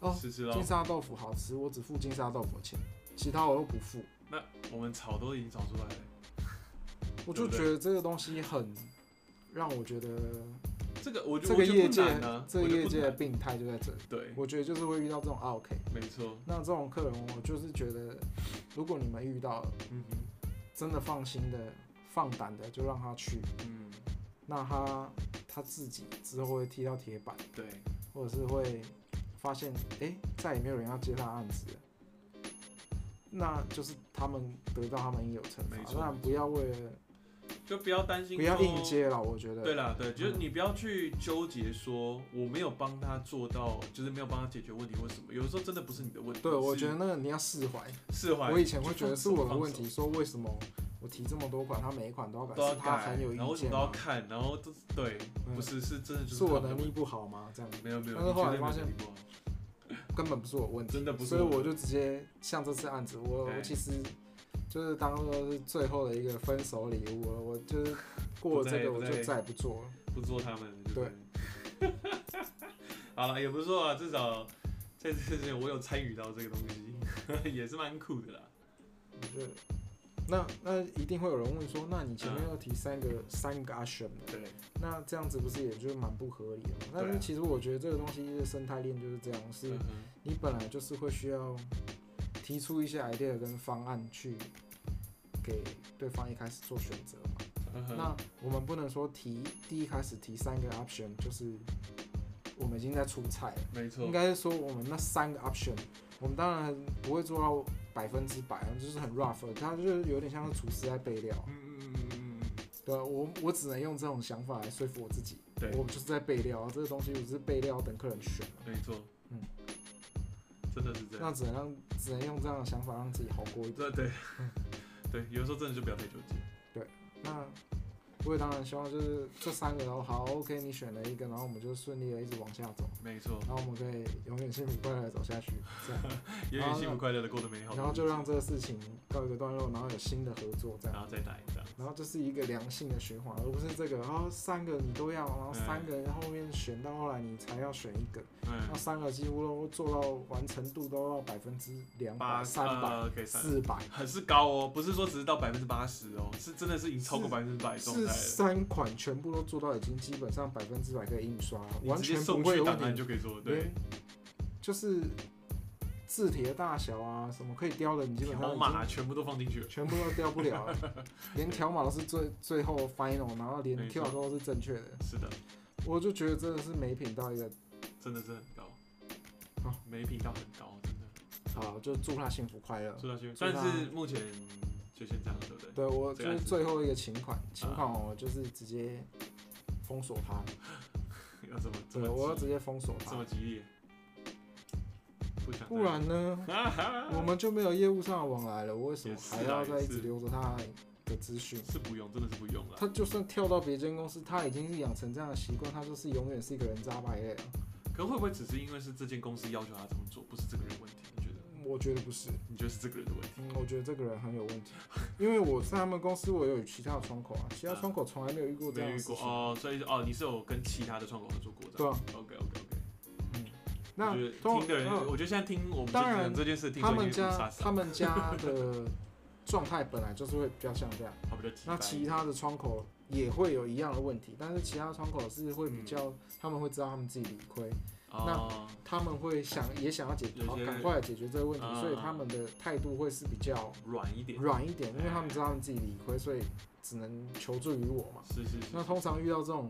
[SPEAKER 1] 哦，
[SPEAKER 2] 试试喽
[SPEAKER 1] 金。沙豆腐好吃，我只付金沙豆腐的钱，其他我都不付，
[SPEAKER 2] 那我们炒都已经炒出来了，
[SPEAKER 1] 我就
[SPEAKER 2] 对不对
[SPEAKER 1] 觉得这个东西很让我觉得
[SPEAKER 2] 这个我就
[SPEAKER 1] 这个
[SPEAKER 2] 我觉得
[SPEAKER 1] 业
[SPEAKER 2] 不
[SPEAKER 1] 界
[SPEAKER 2] 难啊，
[SPEAKER 1] 这
[SPEAKER 2] 我
[SPEAKER 1] 个
[SPEAKER 2] 觉得
[SPEAKER 1] 业
[SPEAKER 2] 不
[SPEAKER 1] 界的
[SPEAKER 2] 难
[SPEAKER 1] 病态就在这里，
[SPEAKER 2] 对，
[SPEAKER 1] 我觉得就是会遇到这种 OK。
[SPEAKER 2] 没错，
[SPEAKER 1] 那这种客人，我就是觉得，如果你们遇到
[SPEAKER 2] 嗯哼，
[SPEAKER 1] 真的放心的、放胆的，就让他去，
[SPEAKER 2] 嗯，
[SPEAKER 1] 那他他自己之后会踢到铁板，
[SPEAKER 2] 对，
[SPEAKER 1] 或者是会发现，哎、再也没有人要接他案子了，那就是他们得到他们应有惩罚
[SPEAKER 2] 没，错
[SPEAKER 1] 当然不要为了
[SPEAKER 2] 就不要担心，
[SPEAKER 1] 不要硬。接了，我觉得。
[SPEAKER 2] 对啦，对，就是
[SPEAKER 1] 嗯
[SPEAKER 2] 你不要去纠结说我没有帮他做到，就是没有帮他解决问题或什么。有的时候真的不是你的问题，
[SPEAKER 1] 对，我
[SPEAKER 2] 是
[SPEAKER 1] 觉得那个你要释怀。
[SPEAKER 2] 释怀。
[SPEAKER 1] 我以前会
[SPEAKER 2] 就
[SPEAKER 1] 觉得
[SPEAKER 2] 放
[SPEAKER 1] 是
[SPEAKER 2] 手
[SPEAKER 1] 我的
[SPEAKER 2] 放
[SPEAKER 1] 问
[SPEAKER 2] 手
[SPEAKER 1] 题，说为什么我提这么多款，他每一款都要改，
[SPEAKER 2] 都要
[SPEAKER 1] 是他
[SPEAKER 2] 改
[SPEAKER 1] 很有，
[SPEAKER 2] 然后
[SPEAKER 1] 意
[SPEAKER 2] 什么
[SPEAKER 1] 见
[SPEAKER 2] 都要
[SPEAKER 1] 吗？
[SPEAKER 2] 看，然后都对，
[SPEAKER 1] 嗯
[SPEAKER 2] 不是是真的就是
[SPEAKER 1] 我
[SPEAKER 2] 他们
[SPEAKER 1] 能
[SPEAKER 2] 的
[SPEAKER 1] 力不好吗？这样
[SPEAKER 2] 没有没有，
[SPEAKER 1] 但是后来
[SPEAKER 2] 你绝对没有
[SPEAKER 1] 发现
[SPEAKER 2] 能力不好
[SPEAKER 1] 根本不是我的问题，
[SPEAKER 2] 真的不是
[SPEAKER 1] 所以
[SPEAKER 2] 我的
[SPEAKER 1] 我就直接像这次案子，我
[SPEAKER 2] 哎
[SPEAKER 1] 我其实就是当做是最后的一个分手礼物了。我就是过
[SPEAKER 2] 不
[SPEAKER 1] 了
[SPEAKER 2] 再
[SPEAKER 1] 这个，
[SPEAKER 2] 不
[SPEAKER 1] 我
[SPEAKER 2] 再
[SPEAKER 1] 就再也不做了。
[SPEAKER 2] 不做他们的，对不对。 好了，也不错啊，至少在这件事情我有参与到这个东西， 也是蛮酷的啦。
[SPEAKER 1] 我觉得，那那一定会有人问说，那你前面
[SPEAKER 2] 嗯
[SPEAKER 1] 要提三个、三个 option 的，
[SPEAKER 2] 对，
[SPEAKER 1] 那这样子不是也就蛮不合理的吗？但
[SPEAKER 2] 对啊
[SPEAKER 1] 是其实我觉得这个东西的生态链就是这样，是
[SPEAKER 2] 嗯哼
[SPEAKER 1] 你本来就是会需要提出一些 idea 跟方案去给对方一开始做选择嘛。
[SPEAKER 2] 嗯哼
[SPEAKER 1] 那我们不能说提第一开始提三个 option 就是我们已经在出菜了，
[SPEAKER 2] 没错
[SPEAKER 1] 应，该是说我们那三个 option，我们当然不会做到百分之百，就是很 rough，的它就是有点像是厨师在备料
[SPEAKER 2] 嗯。嗯嗯嗯嗯嗯，
[SPEAKER 1] 对啊，我我只能用这种想法来说服我自己，
[SPEAKER 2] 对
[SPEAKER 1] 我就是在备料，这个东西我只是备料等客人选嘛，
[SPEAKER 2] 没错，
[SPEAKER 1] 嗯，
[SPEAKER 2] 真的是这
[SPEAKER 1] 那
[SPEAKER 2] 样，
[SPEAKER 1] 只能让只能用这样的想法让自己好过一点。
[SPEAKER 2] 对对 对，有的时候真的就不要太纠结。
[SPEAKER 1] 那我也当然希望就是这三个，然后好 OK，你选了一个，然后我们就顺利的一直往下走。
[SPEAKER 2] 没错，
[SPEAKER 1] 然后我们可以永远幸福快乐的走下去，这 样，
[SPEAKER 2] 永远幸福快乐的过得美好的日子，
[SPEAKER 1] 然后就让这个事情告一个段落，然后有新的合作这
[SPEAKER 2] 然
[SPEAKER 1] 样，
[SPEAKER 2] 后再打一仗，
[SPEAKER 1] 然后就是一个良性的循环，而不是这个，然后三个你都要，然后
[SPEAKER 2] 嗯
[SPEAKER 1] 三个后面选到后来你才要选一个，那
[SPEAKER 2] 嗯，
[SPEAKER 1] 三个几乎都做到完成度都要百分之两百、三百、
[SPEAKER 2] 呃，可以三
[SPEAKER 1] 四百，
[SPEAKER 2] 很是高哦，不是说只是到百分之八十哦，是真的是已经超过
[SPEAKER 1] 是
[SPEAKER 2] 百分之百的状态
[SPEAKER 1] 是
[SPEAKER 2] 了。
[SPEAKER 1] 三款全部都做到，已经基本上百分之百可以印刷，
[SPEAKER 2] 你
[SPEAKER 1] 完
[SPEAKER 2] 直接
[SPEAKER 1] 全
[SPEAKER 2] 送
[SPEAKER 1] 不会
[SPEAKER 2] 去
[SPEAKER 1] 有
[SPEAKER 2] 档
[SPEAKER 1] 问
[SPEAKER 2] 案
[SPEAKER 1] 题，
[SPEAKER 2] 就可以做，对
[SPEAKER 1] 连，就是字体的大小啊，什么可以雕的，你基本上
[SPEAKER 2] 条
[SPEAKER 1] 已经
[SPEAKER 2] 码全部都放进去了，
[SPEAKER 1] 全部都掉不了 了，连条码都是最最后 final，然后连
[SPEAKER 2] 没错
[SPEAKER 1] 跳都是正确的，
[SPEAKER 2] 是的，
[SPEAKER 1] 我就觉得真的是没品到一个
[SPEAKER 2] 真的是很高
[SPEAKER 1] 好，
[SPEAKER 2] 每品到很高，真的，
[SPEAKER 1] 好，就祝他幸福快乐。
[SPEAKER 2] 祝他幸福。
[SPEAKER 1] 祝
[SPEAKER 2] 但
[SPEAKER 1] 他
[SPEAKER 2] 是目前就先这样，对不对？
[SPEAKER 1] 对我就
[SPEAKER 2] 这个
[SPEAKER 1] 是
[SPEAKER 2] 案子
[SPEAKER 1] 最后一个情款，情款
[SPEAKER 2] 啊
[SPEAKER 1] 我就是直接封锁他，
[SPEAKER 2] 要这么这
[SPEAKER 1] 对我
[SPEAKER 2] 么
[SPEAKER 1] 要
[SPEAKER 2] 激
[SPEAKER 1] 直接封锁
[SPEAKER 2] 这么
[SPEAKER 1] 他，
[SPEAKER 2] 激烈，不想再
[SPEAKER 1] 不 然呢我们就没有业务上的往来了，我为什么
[SPEAKER 2] 也是啊
[SPEAKER 1] 还要再
[SPEAKER 2] 也
[SPEAKER 1] 一
[SPEAKER 2] 是
[SPEAKER 1] 直留着他的资讯？
[SPEAKER 2] 是不用，真的是不用了。
[SPEAKER 1] 他就算跳到别间公司，他已经是养成这样的习惯，他就是永远是一个人渣败类了。
[SPEAKER 2] 可会不会只是因为是这间公司要求他这么做，不是这个人的问题？你觉得？
[SPEAKER 1] 我觉得不是，
[SPEAKER 2] 你觉得是这个人的问题？
[SPEAKER 1] 嗯，我觉得这个人很有问 题，因为我在他们公司，我有其他的窗口啊，其他窗口从来没有遇过这
[SPEAKER 2] 没
[SPEAKER 1] 样
[SPEAKER 2] 有
[SPEAKER 1] 的
[SPEAKER 2] 遇
[SPEAKER 1] 事
[SPEAKER 2] 过
[SPEAKER 1] 情。
[SPEAKER 2] 哦，所以哦，你是有跟其他的创口合作过的？
[SPEAKER 1] 对啊
[SPEAKER 2] OK OK OK。
[SPEAKER 1] 嗯，
[SPEAKER 2] 啊
[SPEAKER 1] 那
[SPEAKER 2] 听
[SPEAKER 1] 通
[SPEAKER 2] 的人，
[SPEAKER 1] 那
[SPEAKER 2] 我觉得现在听我们
[SPEAKER 1] 当然
[SPEAKER 2] 讲这件事，听
[SPEAKER 1] 他
[SPEAKER 2] 众
[SPEAKER 1] 们
[SPEAKER 2] 也是
[SPEAKER 1] 家
[SPEAKER 2] 傻
[SPEAKER 1] 他
[SPEAKER 2] 傻，
[SPEAKER 1] 们家的状态本来就是会比较像这 样，
[SPEAKER 2] 他们就提
[SPEAKER 1] 那其他的窗口也会有一样的问题，但是其他窗口是会
[SPEAKER 2] 嗯
[SPEAKER 1] 比较，他们会知道他们自己理亏，
[SPEAKER 2] 哦，
[SPEAKER 1] 他们会想也想要解
[SPEAKER 2] 有
[SPEAKER 1] 好
[SPEAKER 2] 些
[SPEAKER 1] 赶快解决这个问题，
[SPEAKER 2] 嗯
[SPEAKER 1] 所以他们的态度会是比较
[SPEAKER 2] 软一点，
[SPEAKER 1] 软一点，因为他们知道他们自己理亏，所以只能求助于我嘛。
[SPEAKER 2] 是是是，
[SPEAKER 1] 那通常遇到这种，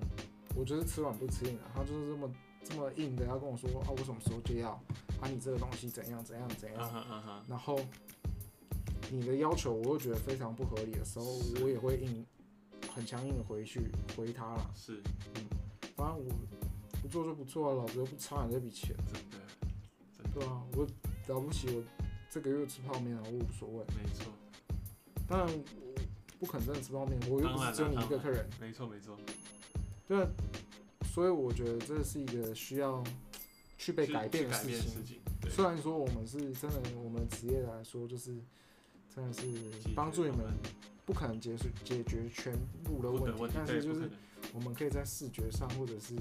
[SPEAKER 1] 我觉得吃软不吃硬啊，他就是这么这么硬的要跟我说啊，我什么时候就要啊，你这个东西怎样怎样怎
[SPEAKER 2] 嗯
[SPEAKER 1] 样，
[SPEAKER 2] 哼嗯哼，
[SPEAKER 1] 然后你的要求我又觉得非常不合理的时候，
[SPEAKER 2] 是
[SPEAKER 1] 我也会硬很强硬的回去回他啦。
[SPEAKER 2] 是
[SPEAKER 1] 反正我不做就不做啊，老子又不差你这笔钱，
[SPEAKER 2] 真的，
[SPEAKER 1] 对啊，我了不起，我这个月吃泡面啊，我无所谓。
[SPEAKER 2] 没错
[SPEAKER 1] 当然我不肯真的吃泡面，我又
[SPEAKER 2] 当
[SPEAKER 1] 不
[SPEAKER 2] 然
[SPEAKER 1] 是
[SPEAKER 2] 啦
[SPEAKER 1] 只有你一
[SPEAKER 2] 当
[SPEAKER 1] 个
[SPEAKER 2] 然
[SPEAKER 1] 客人。
[SPEAKER 2] 没错没错，
[SPEAKER 1] 对啊，所以我觉得这是一个需要去被
[SPEAKER 2] 去
[SPEAKER 1] 改变
[SPEAKER 2] 去
[SPEAKER 1] 的
[SPEAKER 2] 改
[SPEAKER 1] 事
[SPEAKER 2] 变的
[SPEAKER 1] 情
[SPEAKER 2] 事。情，对，
[SPEAKER 1] 虽然说我们是真的，我们职业来说，就是真的
[SPEAKER 2] 解
[SPEAKER 1] 是
[SPEAKER 2] 决
[SPEAKER 1] 帮助你
[SPEAKER 2] 方
[SPEAKER 1] 们
[SPEAKER 2] 案，
[SPEAKER 1] 不可能解决解决全部的
[SPEAKER 2] 不
[SPEAKER 1] 问
[SPEAKER 2] 等
[SPEAKER 1] 题
[SPEAKER 2] 问，题，
[SPEAKER 1] 但
[SPEAKER 2] 对，
[SPEAKER 1] 是就
[SPEAKER 2] 不可
[SPEAKER 1] 是
[SPEAKER 2] 能，
[SPEAKER 1] 我们可以在视觉上或者是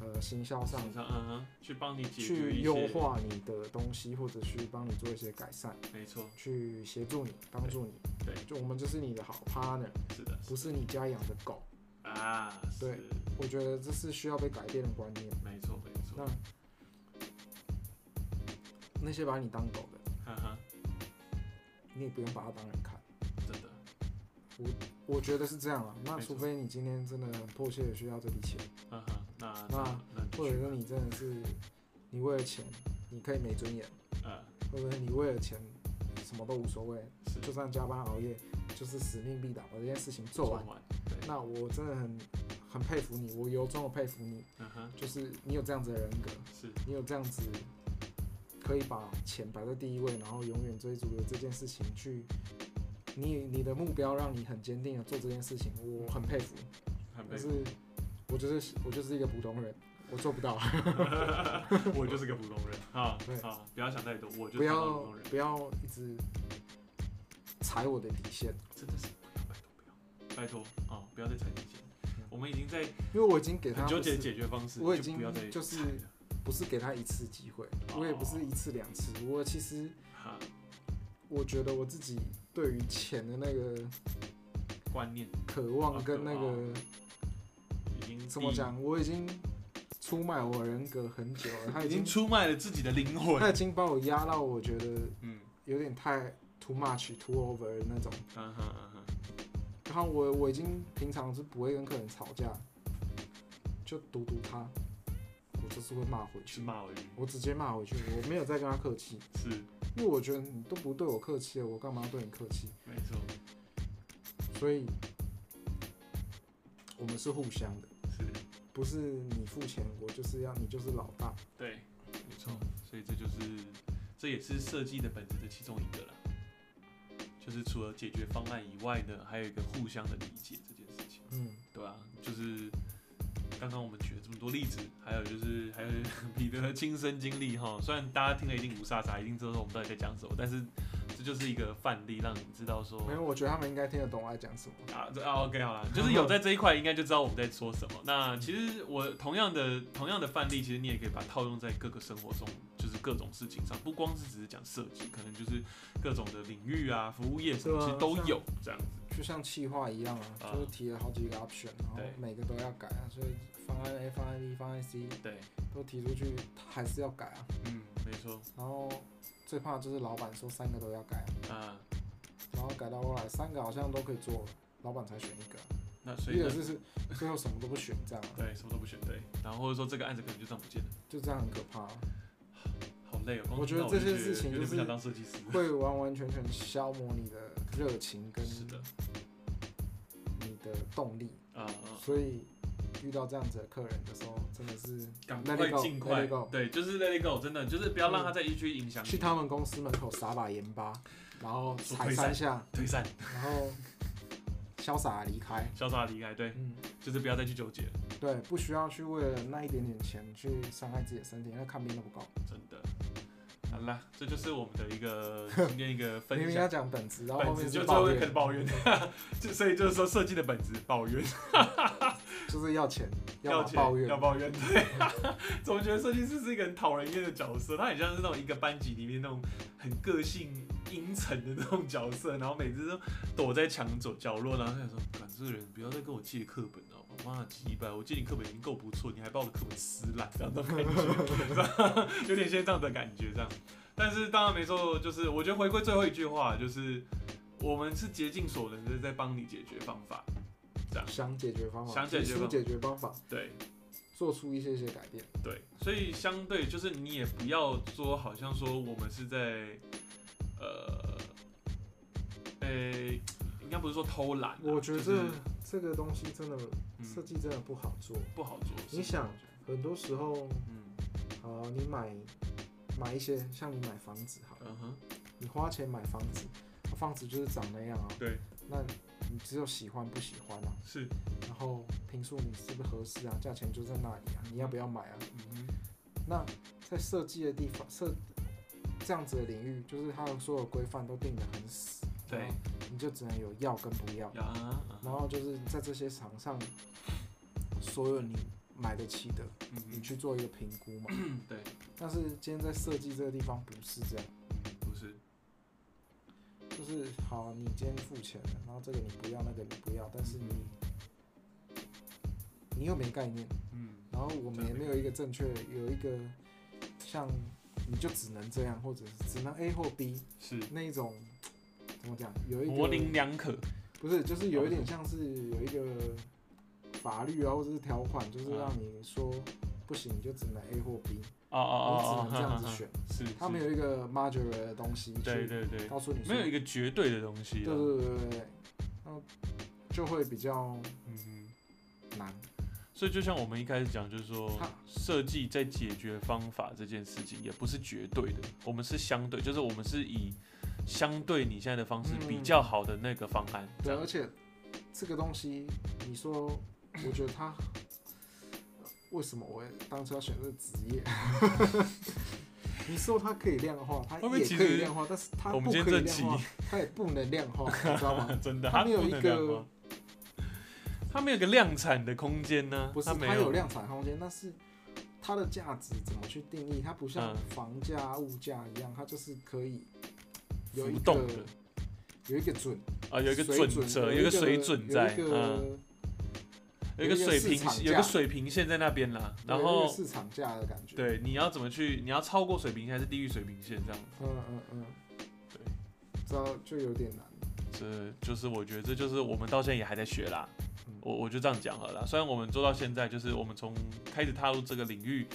[SPEAKER 1] 呃行销上
[SPEAKER 2] 实际上嗯哼，去帮你解决
[SPEAKER 1] 去
[SPEAKER 2] 一
[SPEAKER 1] 优
[SPEAKER 2] 些，
[SPEAKER 1] 化你的东西，或者去帮你做一些改善，
[SPEAKER 2] 没错，
[SPEAKER 1] 去协助你，帮助你。
[SPEAKER 2] 对
[SPEAKER 1] 就我们就是你的好 partner，
[SPEAKER 2] 是的，
[SPEAKER 1] 不是你家养的狗。
[SPEAKER 2] 啊，
[SPEAKER 1] 对
[SPEAKER 2] 是，
[SPEAKER 1] 我觉得这是需要被改变的观念。
[SPEAKER 2] 没错没错
[SPEAKER 1] 那，那些把你当狗的，
[SPEAKER 2] 哈哈，
[SPEAKER 1] 你也不用把它当人看。
[SPEAKER 2] 真的，
[SPEAKER 1] 我觉得是这样啊。那
[SPEAKER 2] 没错
[SPEAKER 1] 除非你今天真的很迫切的需要这笔钱，
[SPEAKER 2] 嗯哼，那
[SPEAKER 1] 那
[SPEAKER 2] 那你
[SPEAKER 1] 或
[SPEAKER 2] 去
[SPEAKER 1] 者是你真的是你为了钱，你可以没尊严，
[SPEAKER 2] 呃
[SPEAKER 1] 或者是你为了钱什么都无所谓，
[SPEAKER 2] 是
[SPEAKER 1] 就算加班熬夜，就是使命必达，把这件事情做
[SPEAKER 2] 做
[SPEAKER 1] 完。
[SPEAKER 2] 完，对，
[SPEAKER 1] 那我真的很很佩服你，我由衷的佩服你，
[SPEAKER 2] 嗯哼，
[SPEAKER 1] 就是你有这样子的人格，
[SPEAKER 2] 是，
[SPEAKER 1] 你有这样子可以把钱摆在第一位，然后永远追逐的这件事情去，你你的目标让你很坚定的做这件事情，我很佩服。
[SPEAKER 2] 很佩
[SPEAKER 1] 但
[SPEAKER 2] 服。
[SPEAKER 1] 是我就是我就是一个普通人，我做不 到，
[SPEAKER 2] 我就是个普通人啊
[SPEAKER 1] 对
[SPEAKER 2] 啊！不要想太多，我就是
[SPEAKER 1] 不
[SPEAKER 2] 个
[SPEAKER 1] 要
[SPEAKER 2] 普通人，
[SPEAKER 1] 不要一直踩我的底线，
[SPEAKER 2] 真的是不要，拜托不要，拜托啊！不要再踩底线，我们已经在
[SPEAKER 1] 因为我已经嗯给他
[SPEAKER 2] 很纠结
[SPEAKER 1] 不
[SPEAKER 2] 的
[SPEAKER 1] 是
[SPEAKER 2] 解决方式，
[SPEAKER 1] 我已
[SPEAKER 2] 就
[SPEAKER 1] 经
[SPEAKER 2] 不要再
[SPEAKER 1] 就是
[SPEAKER 2] 踩了
[SPEAKER 1] 不是给他一次机会，我也不
[SPEAKER 2] 哦
[SPEAKER 1] 是一次两次，我其实
[SPEAKER 2] 哈
[SPEAKER 1] 我觉得我自己对于钱的那个
[SPEAKER 2] 观念
[SPEAKER 1] 渴望跟那
[SPEAKER 2] 啊
[SPEAKER 1] 个
[SPEAKER 2] 已经
[SPEAKER 1] 怎么
[SPEAKER 2] 低
[SPEAKER 1] 讲，我已经出卖我的人格很久了，他
[SPEAKER 2] 已
[SPEAKER 1] 已
[SPEAKER 2] 经
[SPEAKER 1] 经
[SPEAKER 2] 出卖了自己的灵魂。
[SPEAKER 1] 他已经把我压到我觉得
[SPEAKER 2] 嗯，
[SPEAKER 1] 有点太 too much too over 的那种。
[SPEAKER 2] 嗯哼嗯哼，
[SPEAKER 1] 然后我我已经平常是不会跟客人吵架，就读读他，我就是会骂回
[SPEAKER 2] 去
[SPEAKER 1] 去，
[SPEAKER 2] 骂我一句
[SPEAKER 1] 我直接骂回去，我没有再跟他客气，
[SPEAKER 2] 是
[SPEAKER 1] 因为我觉得你都不对我客气了，我干嘛要对你客气？
[SPEAKER 2] 没错，
[SPEAKER 1] 所以我们是互相的，
[SPEAKER 2] 是
[SPEAKER 1] 不是你付钱我就是要你就是老大，
[SPEAKER 2] 对，没错。所以这就是这也是设计的本质的其中一个啦，就是除了解决方案以外呢，还有一个互相的理解这件事情。
[SPEAKER 1] 嗯，
[SPEAKER 2] 对啊，就是刚刚我们举了这么多例子，还有就是还有彼得的亲身经历哈。虽然大家听了一定无沙沙，一定知道我们到底在讲什么，但是这就是一个范例，让你知道说
[SPEAKER 1] 没有，我觉得他们应该听得懂我在讲什么。
[SPEAKER 2] 啊，这啊，OK，好了，就是有在这一块，应该就知道我们在说什么。那其实我同样的同样的范例，其实你也可以把它套用在各个生活中，就是各种事情上，不光是只是讲设计，可能就是各种的领域啊，服务业什么，
[SPEAKER 1] 对啊
[SPEAKER 2] 其实都有这样子。
[SPEAKER 1] 就像企划一样啊，
[SPEAKER 2] 啊
[SPEAKER 1] 就是提了好几个 option，然后
[SPEAKER 2] 对
[SPEAKER 1] 每个都要改啊，所以方案 A、方案 B、方案 C
[SPEAKER 2] 对，
[SPEAKER 1] 都提出去，还是要改啊。
[SPEAKER 2] 嗯，没错，
[SPEAKER 1] 然后最怕就是老板说三个都要改啊，
[SPEAKER 2] 啊，
[SPEAKER 1] 然后改到后来三个好像都可以做了，老板才选一个啊，
[SPEAKER 2] 那所
[SPEAKER 1] 一
[SPEAKER 2] 以
[SPEAKER 1] 个
[SPEAKER 2] 呢，
[SPEAKER 1] 就是最后什么都不选这样啊，
[SPEAKER 2] 对，什么都不选，对，然后或者说这个案子可能就这样不见了，
[SPEAKER 1] 就这样很可怕啊、
[SPEAKER 2] 好累哦。光
[SPEAKER 1] 我觉得
[SPEAKER 2] 听到
[SPEAKER 1] 这
[SPEAKER 2] 就
[SPEAKER 1] 些事情就
[SPEAKER 2] 有点
[SPEAKER 1] 是
[SPEAKER 2] 不想当设计师。
[SPEAKER 1] 会完完全全消磨你的热情跟
[SPEAKER 2] 是的，
[SPEAKER 1] 你的动力，
[SPEAKER 2] 啊啊，
[SPEAKER 1] 所以遇到这样子的客人的时候，真的是
[SPEAKER 2] 赶
[SPEAKER 1] let
[SPEAKER 2] 快
[SPEAKER 1] it go，
[SPEAKER 2] 尽快
[SPEAKER 1] let it go，
[SPEAKER 2] 对，就是 let it go，真的就是不要让他再一去影响你
[SPEAKER 1] 去他们公司门口撒把盐巴，然后
[SPEAKER 2] 说
[SPEAKER 1] 踩
[SPEAKER 2] 推
[SPEAKER 1] 三
[SPEAKER 2] 散
[SPEAKER 1] 下，
[SPEAKER 2] 推散。
[SPEAKER 1] 然后潇洒地离开。
[SPEAKER 2] 潇洒地离开，对，
[SPEAKER 1] 嗯，
[SPEAKER 2] 就是不要再去纠结了，
[SPEAKER 1] 对，不需要去为了那一点点钱去伤害自己的身体，那看病都不够。
[SPEAKER 2] 真的。好啦，这就是我们的 一个今天一个分
[SPEAKER 1] 明明要
[SPEAKER 2] 享，
[SPEAKER 1] 讲本质，然后后
[SPEAKER 2] 本
[SPEAKER 1] 面是
[SPEAKER 2] 质就最
[SPEAKER 1] 抱
[SPEAKER 2] 后开始
[SPEAKER 1] 怨，
[SPEAKER 2] 抱怨， 就所以就是说设计的本质抱怨，
[SPEAKER 1] 就是要钱，
[SPEAKER 2] 要
[SPEAKER 1] 么
[SPEAKER 2] 钱
[SPEAKER 1] 抱怨
[SPEAKER 2] 要，抱怨，对， 总觉得设计师是一个很讨人厌的角色，他很像是那种一个班级里面那种很个性阴沉的那种角色，然后每次都躲在墙角角落，然后想说，管这个人不要再跟我借课本了。我妈的鸡巴！我借你课本已经够不错，你还把我的课本撕烂，这样的感觉， 有点像这样的感觉，这样。但是当然没错，就是我觉得回归最后一句话，就是我们是竭尽所能的在帮你解决方法，
[SPEAKER 1] 想解决方法，
[SPEAKER 2] 想解
[SPEAKER 1] 提
[SPEAKER 2] 决
[SPEAKER 1] 出
[SPEAKER 2] 方法啊
[SPEAKER 1] 解决方法，
[SPEAKER 2] 对，
[SPEAKER 1] 做出一些些改变。
[SPEAKER 2] 对，所以相对就是你也不要说，好像说我们是在，呃，呃、应该不是说偷懒啊、
[SPEAKER 1] 我觉得
[SPEAKER 2] 就是
[SPEAKER 1] 这这个东西真的设
[SPEAKER 2] 嗯
[SPEAKER 1] 计真的不好做，
[SPEAKER 2] 不好做。
[SPEAKER 1] 你想很多时候，
[SPEAKER 2] 嗯
[SPEAKER 1] 呃，你买买一些，像你买房子好了，
[SPEAKER 2] 嗯哼，
[SPEAKER 1] 你花钱买房子，房子就是长那样啊，
[SPEAKER 2] 对，
[SPEAKER 1] 那你只有喜欢不喜欢啊，
[SPEAKER 2] 是，
[SPEAKER 1] 然后评述你是不是合适啊，价钱就在那里啊，你要不要买啊？
[SPEAKER 2] 嗯
[SPEAKER 1] 那在设计的地方设这样子的领域，就是它的所有规范都定得很死，
[SPEAKER 2] 对
[SPEAKER 1] 然后你就只能有要跟不要
[SPEAKER 2] 哼，，呀，啊
[SPEAKER 1] 然后就是在这些场上，所有你买得起的，
[SPEAKER 2] 嗯
[SPEAKER 1] 你
[SPEAKER 2] 哼，
[SPEAKER 1] 去做一个评估嘛。
[SPEAKER 2] 嗯对，
[SPEAKER 1] 但是今天在设计这个地方不是这样，
[SPEAKER 2] 嗯不是，
[SPEAKER 1] 就是好，你今天付钱了，然后这个你不要，那个你不要，但是你你又没概念，
[SPEAKER 2] 嗯，
[SPEAKER 1] 然后我们也没有一个正确，有一个像你就只能这样，或者是只能 A 或 B
[SPEAKER 2] 是
[SPEAKER 1] 那一种，怎么讲？有一
[SPEAKER 2] 模棱
[SPEAKER 1] 个
[SPEAKER 2] 两哦可，
[SPEAKER 1] 不是，就是有一点像是有一个法律啊，或者是条款，就是
[SPEAKER 2] 嗯
[SPEAKER 1] 让你说不行，你就只能 A 或 B，
[SPEAKER 2] 哦哦哦哦
[SPEAKER 1] 你只能，这样
[SPEAKER 2] 哈
[SPEAKER 1] 子
[SPEAKER 2] 哈哈
[SPEAKER 1] 选。
[SPEAKER 2] 是，
[SPEAKER 1] 它没
[SPEAKER 2] 是，
[SPEAKER 1] 有一个 modular 的东西
[SPEAKER 2] 对
[SPEAKER 1] 去
[SPEAKER 2] 对对，
[SPEAKER 1] 告诉你说，
[SPEAKER 2] 没有一个绝对的东西
[SPEAKER 1] 对
[SPEAKER 2] 啦，
[SPEAKER 1] 对对对对，就会比较
[SPEAKER 2] 嗯哼。
[SPEAKER 1] 难。
[SPEAKER 2] 所以就像我们一开始讲，就是说
[SPEAKER 1] 它
[SPEAKER 2] 设计在解决方法这件事情也不是绝对的，我们是相对，就是我们是以相对你现在的方式
[SPEAKER 1] 嗯
[SPEAKER 2] 比较好的那个方案，这
[SPEAKER 1] 对，
[SPEAKER 2] 样
[SPEAKER 1] 而且这个东西，你 说，我觉得它为什么我会当初要选这个职业？ 你说它可以量化，它
[SPEAKER 2] 会不会
[SPEAKER 1] 也
[SPEAKER 2] 其
[SPEAKER 1] 可以
[SPEAKER 2] 实
[SPEAKER 1] 量化，但是它
[SPEAKER 2] 我
[SPEAKER 1] 不
[SPEAKER 2] 们今
[SPEAKER 1] 可
[SPEAKER 2] 天
[SPEAKER 1] 以
[SPEAKER 2] 这
[SPEAKER 1] 量
[SPEAKER 2] 集
[SPEAKER 1] 化，它也不能量 化，你知道吗？
[SPEAKER 2] 真的，
[SPEAKER 1] 它
[SPEAKER 2] 它
[SPEAKER 1] 没有
[SPEAKER 2] 不
[SPEAKER 1] 一
[SPEAKER 2] 能
[SPEAKER 1] 个
[SPEAKER 2] 量化，它没有一个量产的空间呢、
[SPEAKER 1] 不是
[SPEAKER 2] 它没
[SPEAKER 1] 它有量产空间，但是它的价值怎么去定义？它不像
[SPEAKER 2] 嗯
[SPEAKER 1] 房价、物价一样，它就是可以有一
[SPEAKER 2] 浮
[SPEAKER 1] 个
[SPEAKER 2] 动的
[SPEAKER 1] 有一个准，
[SPEAKER 2] 啊，有一个
[SPEAKER 1] 水
[SPEAKER 2] 准
[SPEAKER 1] 准
[SPEAKER 2] 则，
[SPEAKER 1] 有
[SPEAKER 2] 有一个水准在，
[SPEAKER 1] 有一
[SPEAKER 2] 嗯，
[SPEAKER 1] 个
[SPEAKER 2] 有一
[SPEAKER 1] 有一个
[SPEAKER 2] 个水
[SPEAKER 1] 市
[SPEAKER 2] 平
[SPEAKER 1] 场，
[SPEAKER 2] 有一
[SPEAKER 1] 价
[SPEAKER 2] 个水平线在那边啦，然
[SPEAKER 1] 有一个
[SPEAKER 2] 后
[SPEAKER 1] 市场价的感觉。
[SPEAKER 2] 对，你要怎么去，你要超过水平线还是低于水平线这样子？
[SPEAKER 1] 嗯嗯嗯，
[SPEAKER 2] 对，
[SPEAKER 1] 这就有点难。
[SPEAKER 2] 这就是我觉得这就是我们到现在也还在学啦
[SPEAKER 1] 嗯。
[SPEAKER 2] 我我就这样讲好了啦。虽然我们做到现在，就是我们从开始踏入这个领域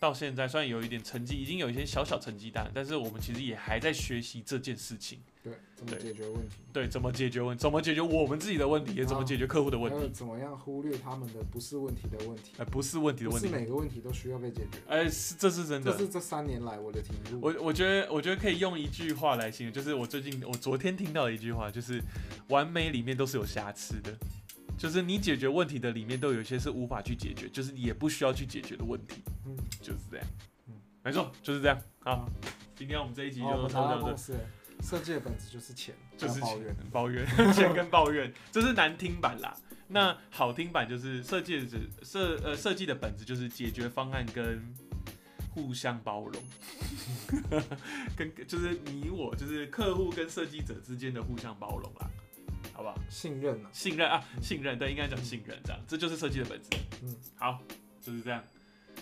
[SPEAKER 2] 到现在，虽然有一点成绩，已经有一些小小成绩单，但是我们其实也还在学习这件事情。
[SPEAKER 1] 对，怎么
[SPEAKER 2] 对
[SPEAKER 1] 解决问题？
[SPEAKER 2] 对，怎么解决问，怎么解决我们自己的问题，也
[SPEAKER 1] 啊
[SPEAKER 2] 怎么解决客户的问
[SPEAKER 1] 还有
[SPEAKER 2] 题，
[SPEAKER 1] 怎么样忽略他们的不是问题的问题？
[SPEAKER 2] 哎，不是问题的
[SPEAKER 1] 不
[SPEAKER 2] 问
[SPEAKER 1] 是
[SPEAKER 2] 题，
[SPEAKER 1] 每个问题都需要被解决。
[SPEAKER 2] 哎，是这是真
[SPEAKER 1] 这
[SPEAKER 2] 的。
[SPEAKER 1] 是这三年来我的体悟。
[SPEAKER 2] 我我觉得我觉得可以用一句话来形容，就是我最近我昨天听到的一句话，就是完美里面都是有瑕疵的，就是你解决问题的里面都有一些是无法去解决，就是也不需要去解决的问题，
[SPEAKER 1] 嗯，
[SPEAKER 2] 就是这样。
[SPEAKER 1] 嗯
[SPEAKER 2] 没错，就是这样。好，
[SPEAKER 1] 好，
[SPEAKER 2] 今天我们这一集
[SPEAKER 1] 哦我
[SPEAKER 2] 就
[SPEAKER 1] 们
[SPEAKER 2] 差不
[SPEAKER 1] 达
[SPEAKER 2] 多
[SPEAKER 1] 到
[SPEAKER 2] 到这
[SPEAKER 1] 共，识了，设计的本质就是钱，
[SPEAKER 2] 就是
[SPEAKER 1] 还有抱怨。
[SPEAKER 2] 抱怨， 钱跟抱怨，这是难听版啦。那好听版就是设计的设呃设计的本质就是解决方案跟互相包容， 跟就是你我就是客户跟设计者之间的互相包容啦，好不好？
[SPEAKER 1] 信任啊，
[SPEAKER 2] 信任啊，
[SPEAKER 1] 嗯
[SPEAKER 2] 信任对，应该讲信任这样，这就是设计的本质。
[SPEAKER 1] 嗯，
[SPEAKER 2] 好，就是这样。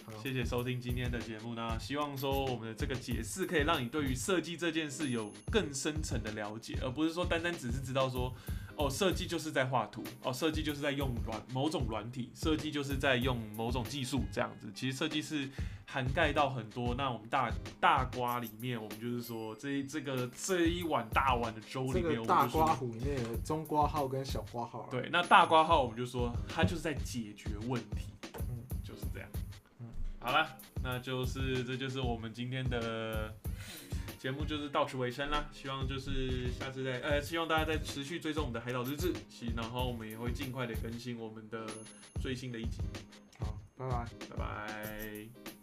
[SPEAKER 1] 好，
[SPEAKER 2] 谢谢收听今天的节目呢，希望说我们的这个解释可以让你对于设计这件事有更深层的了解，而不是说单单只是知道说，哦，设计就是在画图，哦，设计就是在用软某种软体，设计就是在用某种技术这样子。其实设计是涵盖到很多。那我们大大瓜里面，我们就是说这一这个这一碗大碗的粥
[SPEAKER 1] 这
[SPEAKER 2] 里面，
[SPEAKER 1] 个
[SPEAKER 2] 我
[SPEAKER 1] 大
[SPEAKER 2] 们就
[SPEAKER 1] 瓜
[SPEAKER 2] 说。
[SPEAKER 1] 虎里面有中瓜号跟小瓜号。，
[SPEAKER 2] 对，那大瓜号我们就说它就是在解决问题，
[SPEAKER 1] 嗯
[SPEAKER 2] 就是这样
[SPEAKER 1] 嗯。
[SPEAKER 2] 好了，那就是这就是我们今天的节目，就是到此为止啦。希望就是下次再呃，希望大家再持续追踪我们的海岛日志，希然后我们也会尽快的更新我们的最新的一集。
[SPEAKER 1] 好，拜拜。
[SPEAKER 2] 拜拜。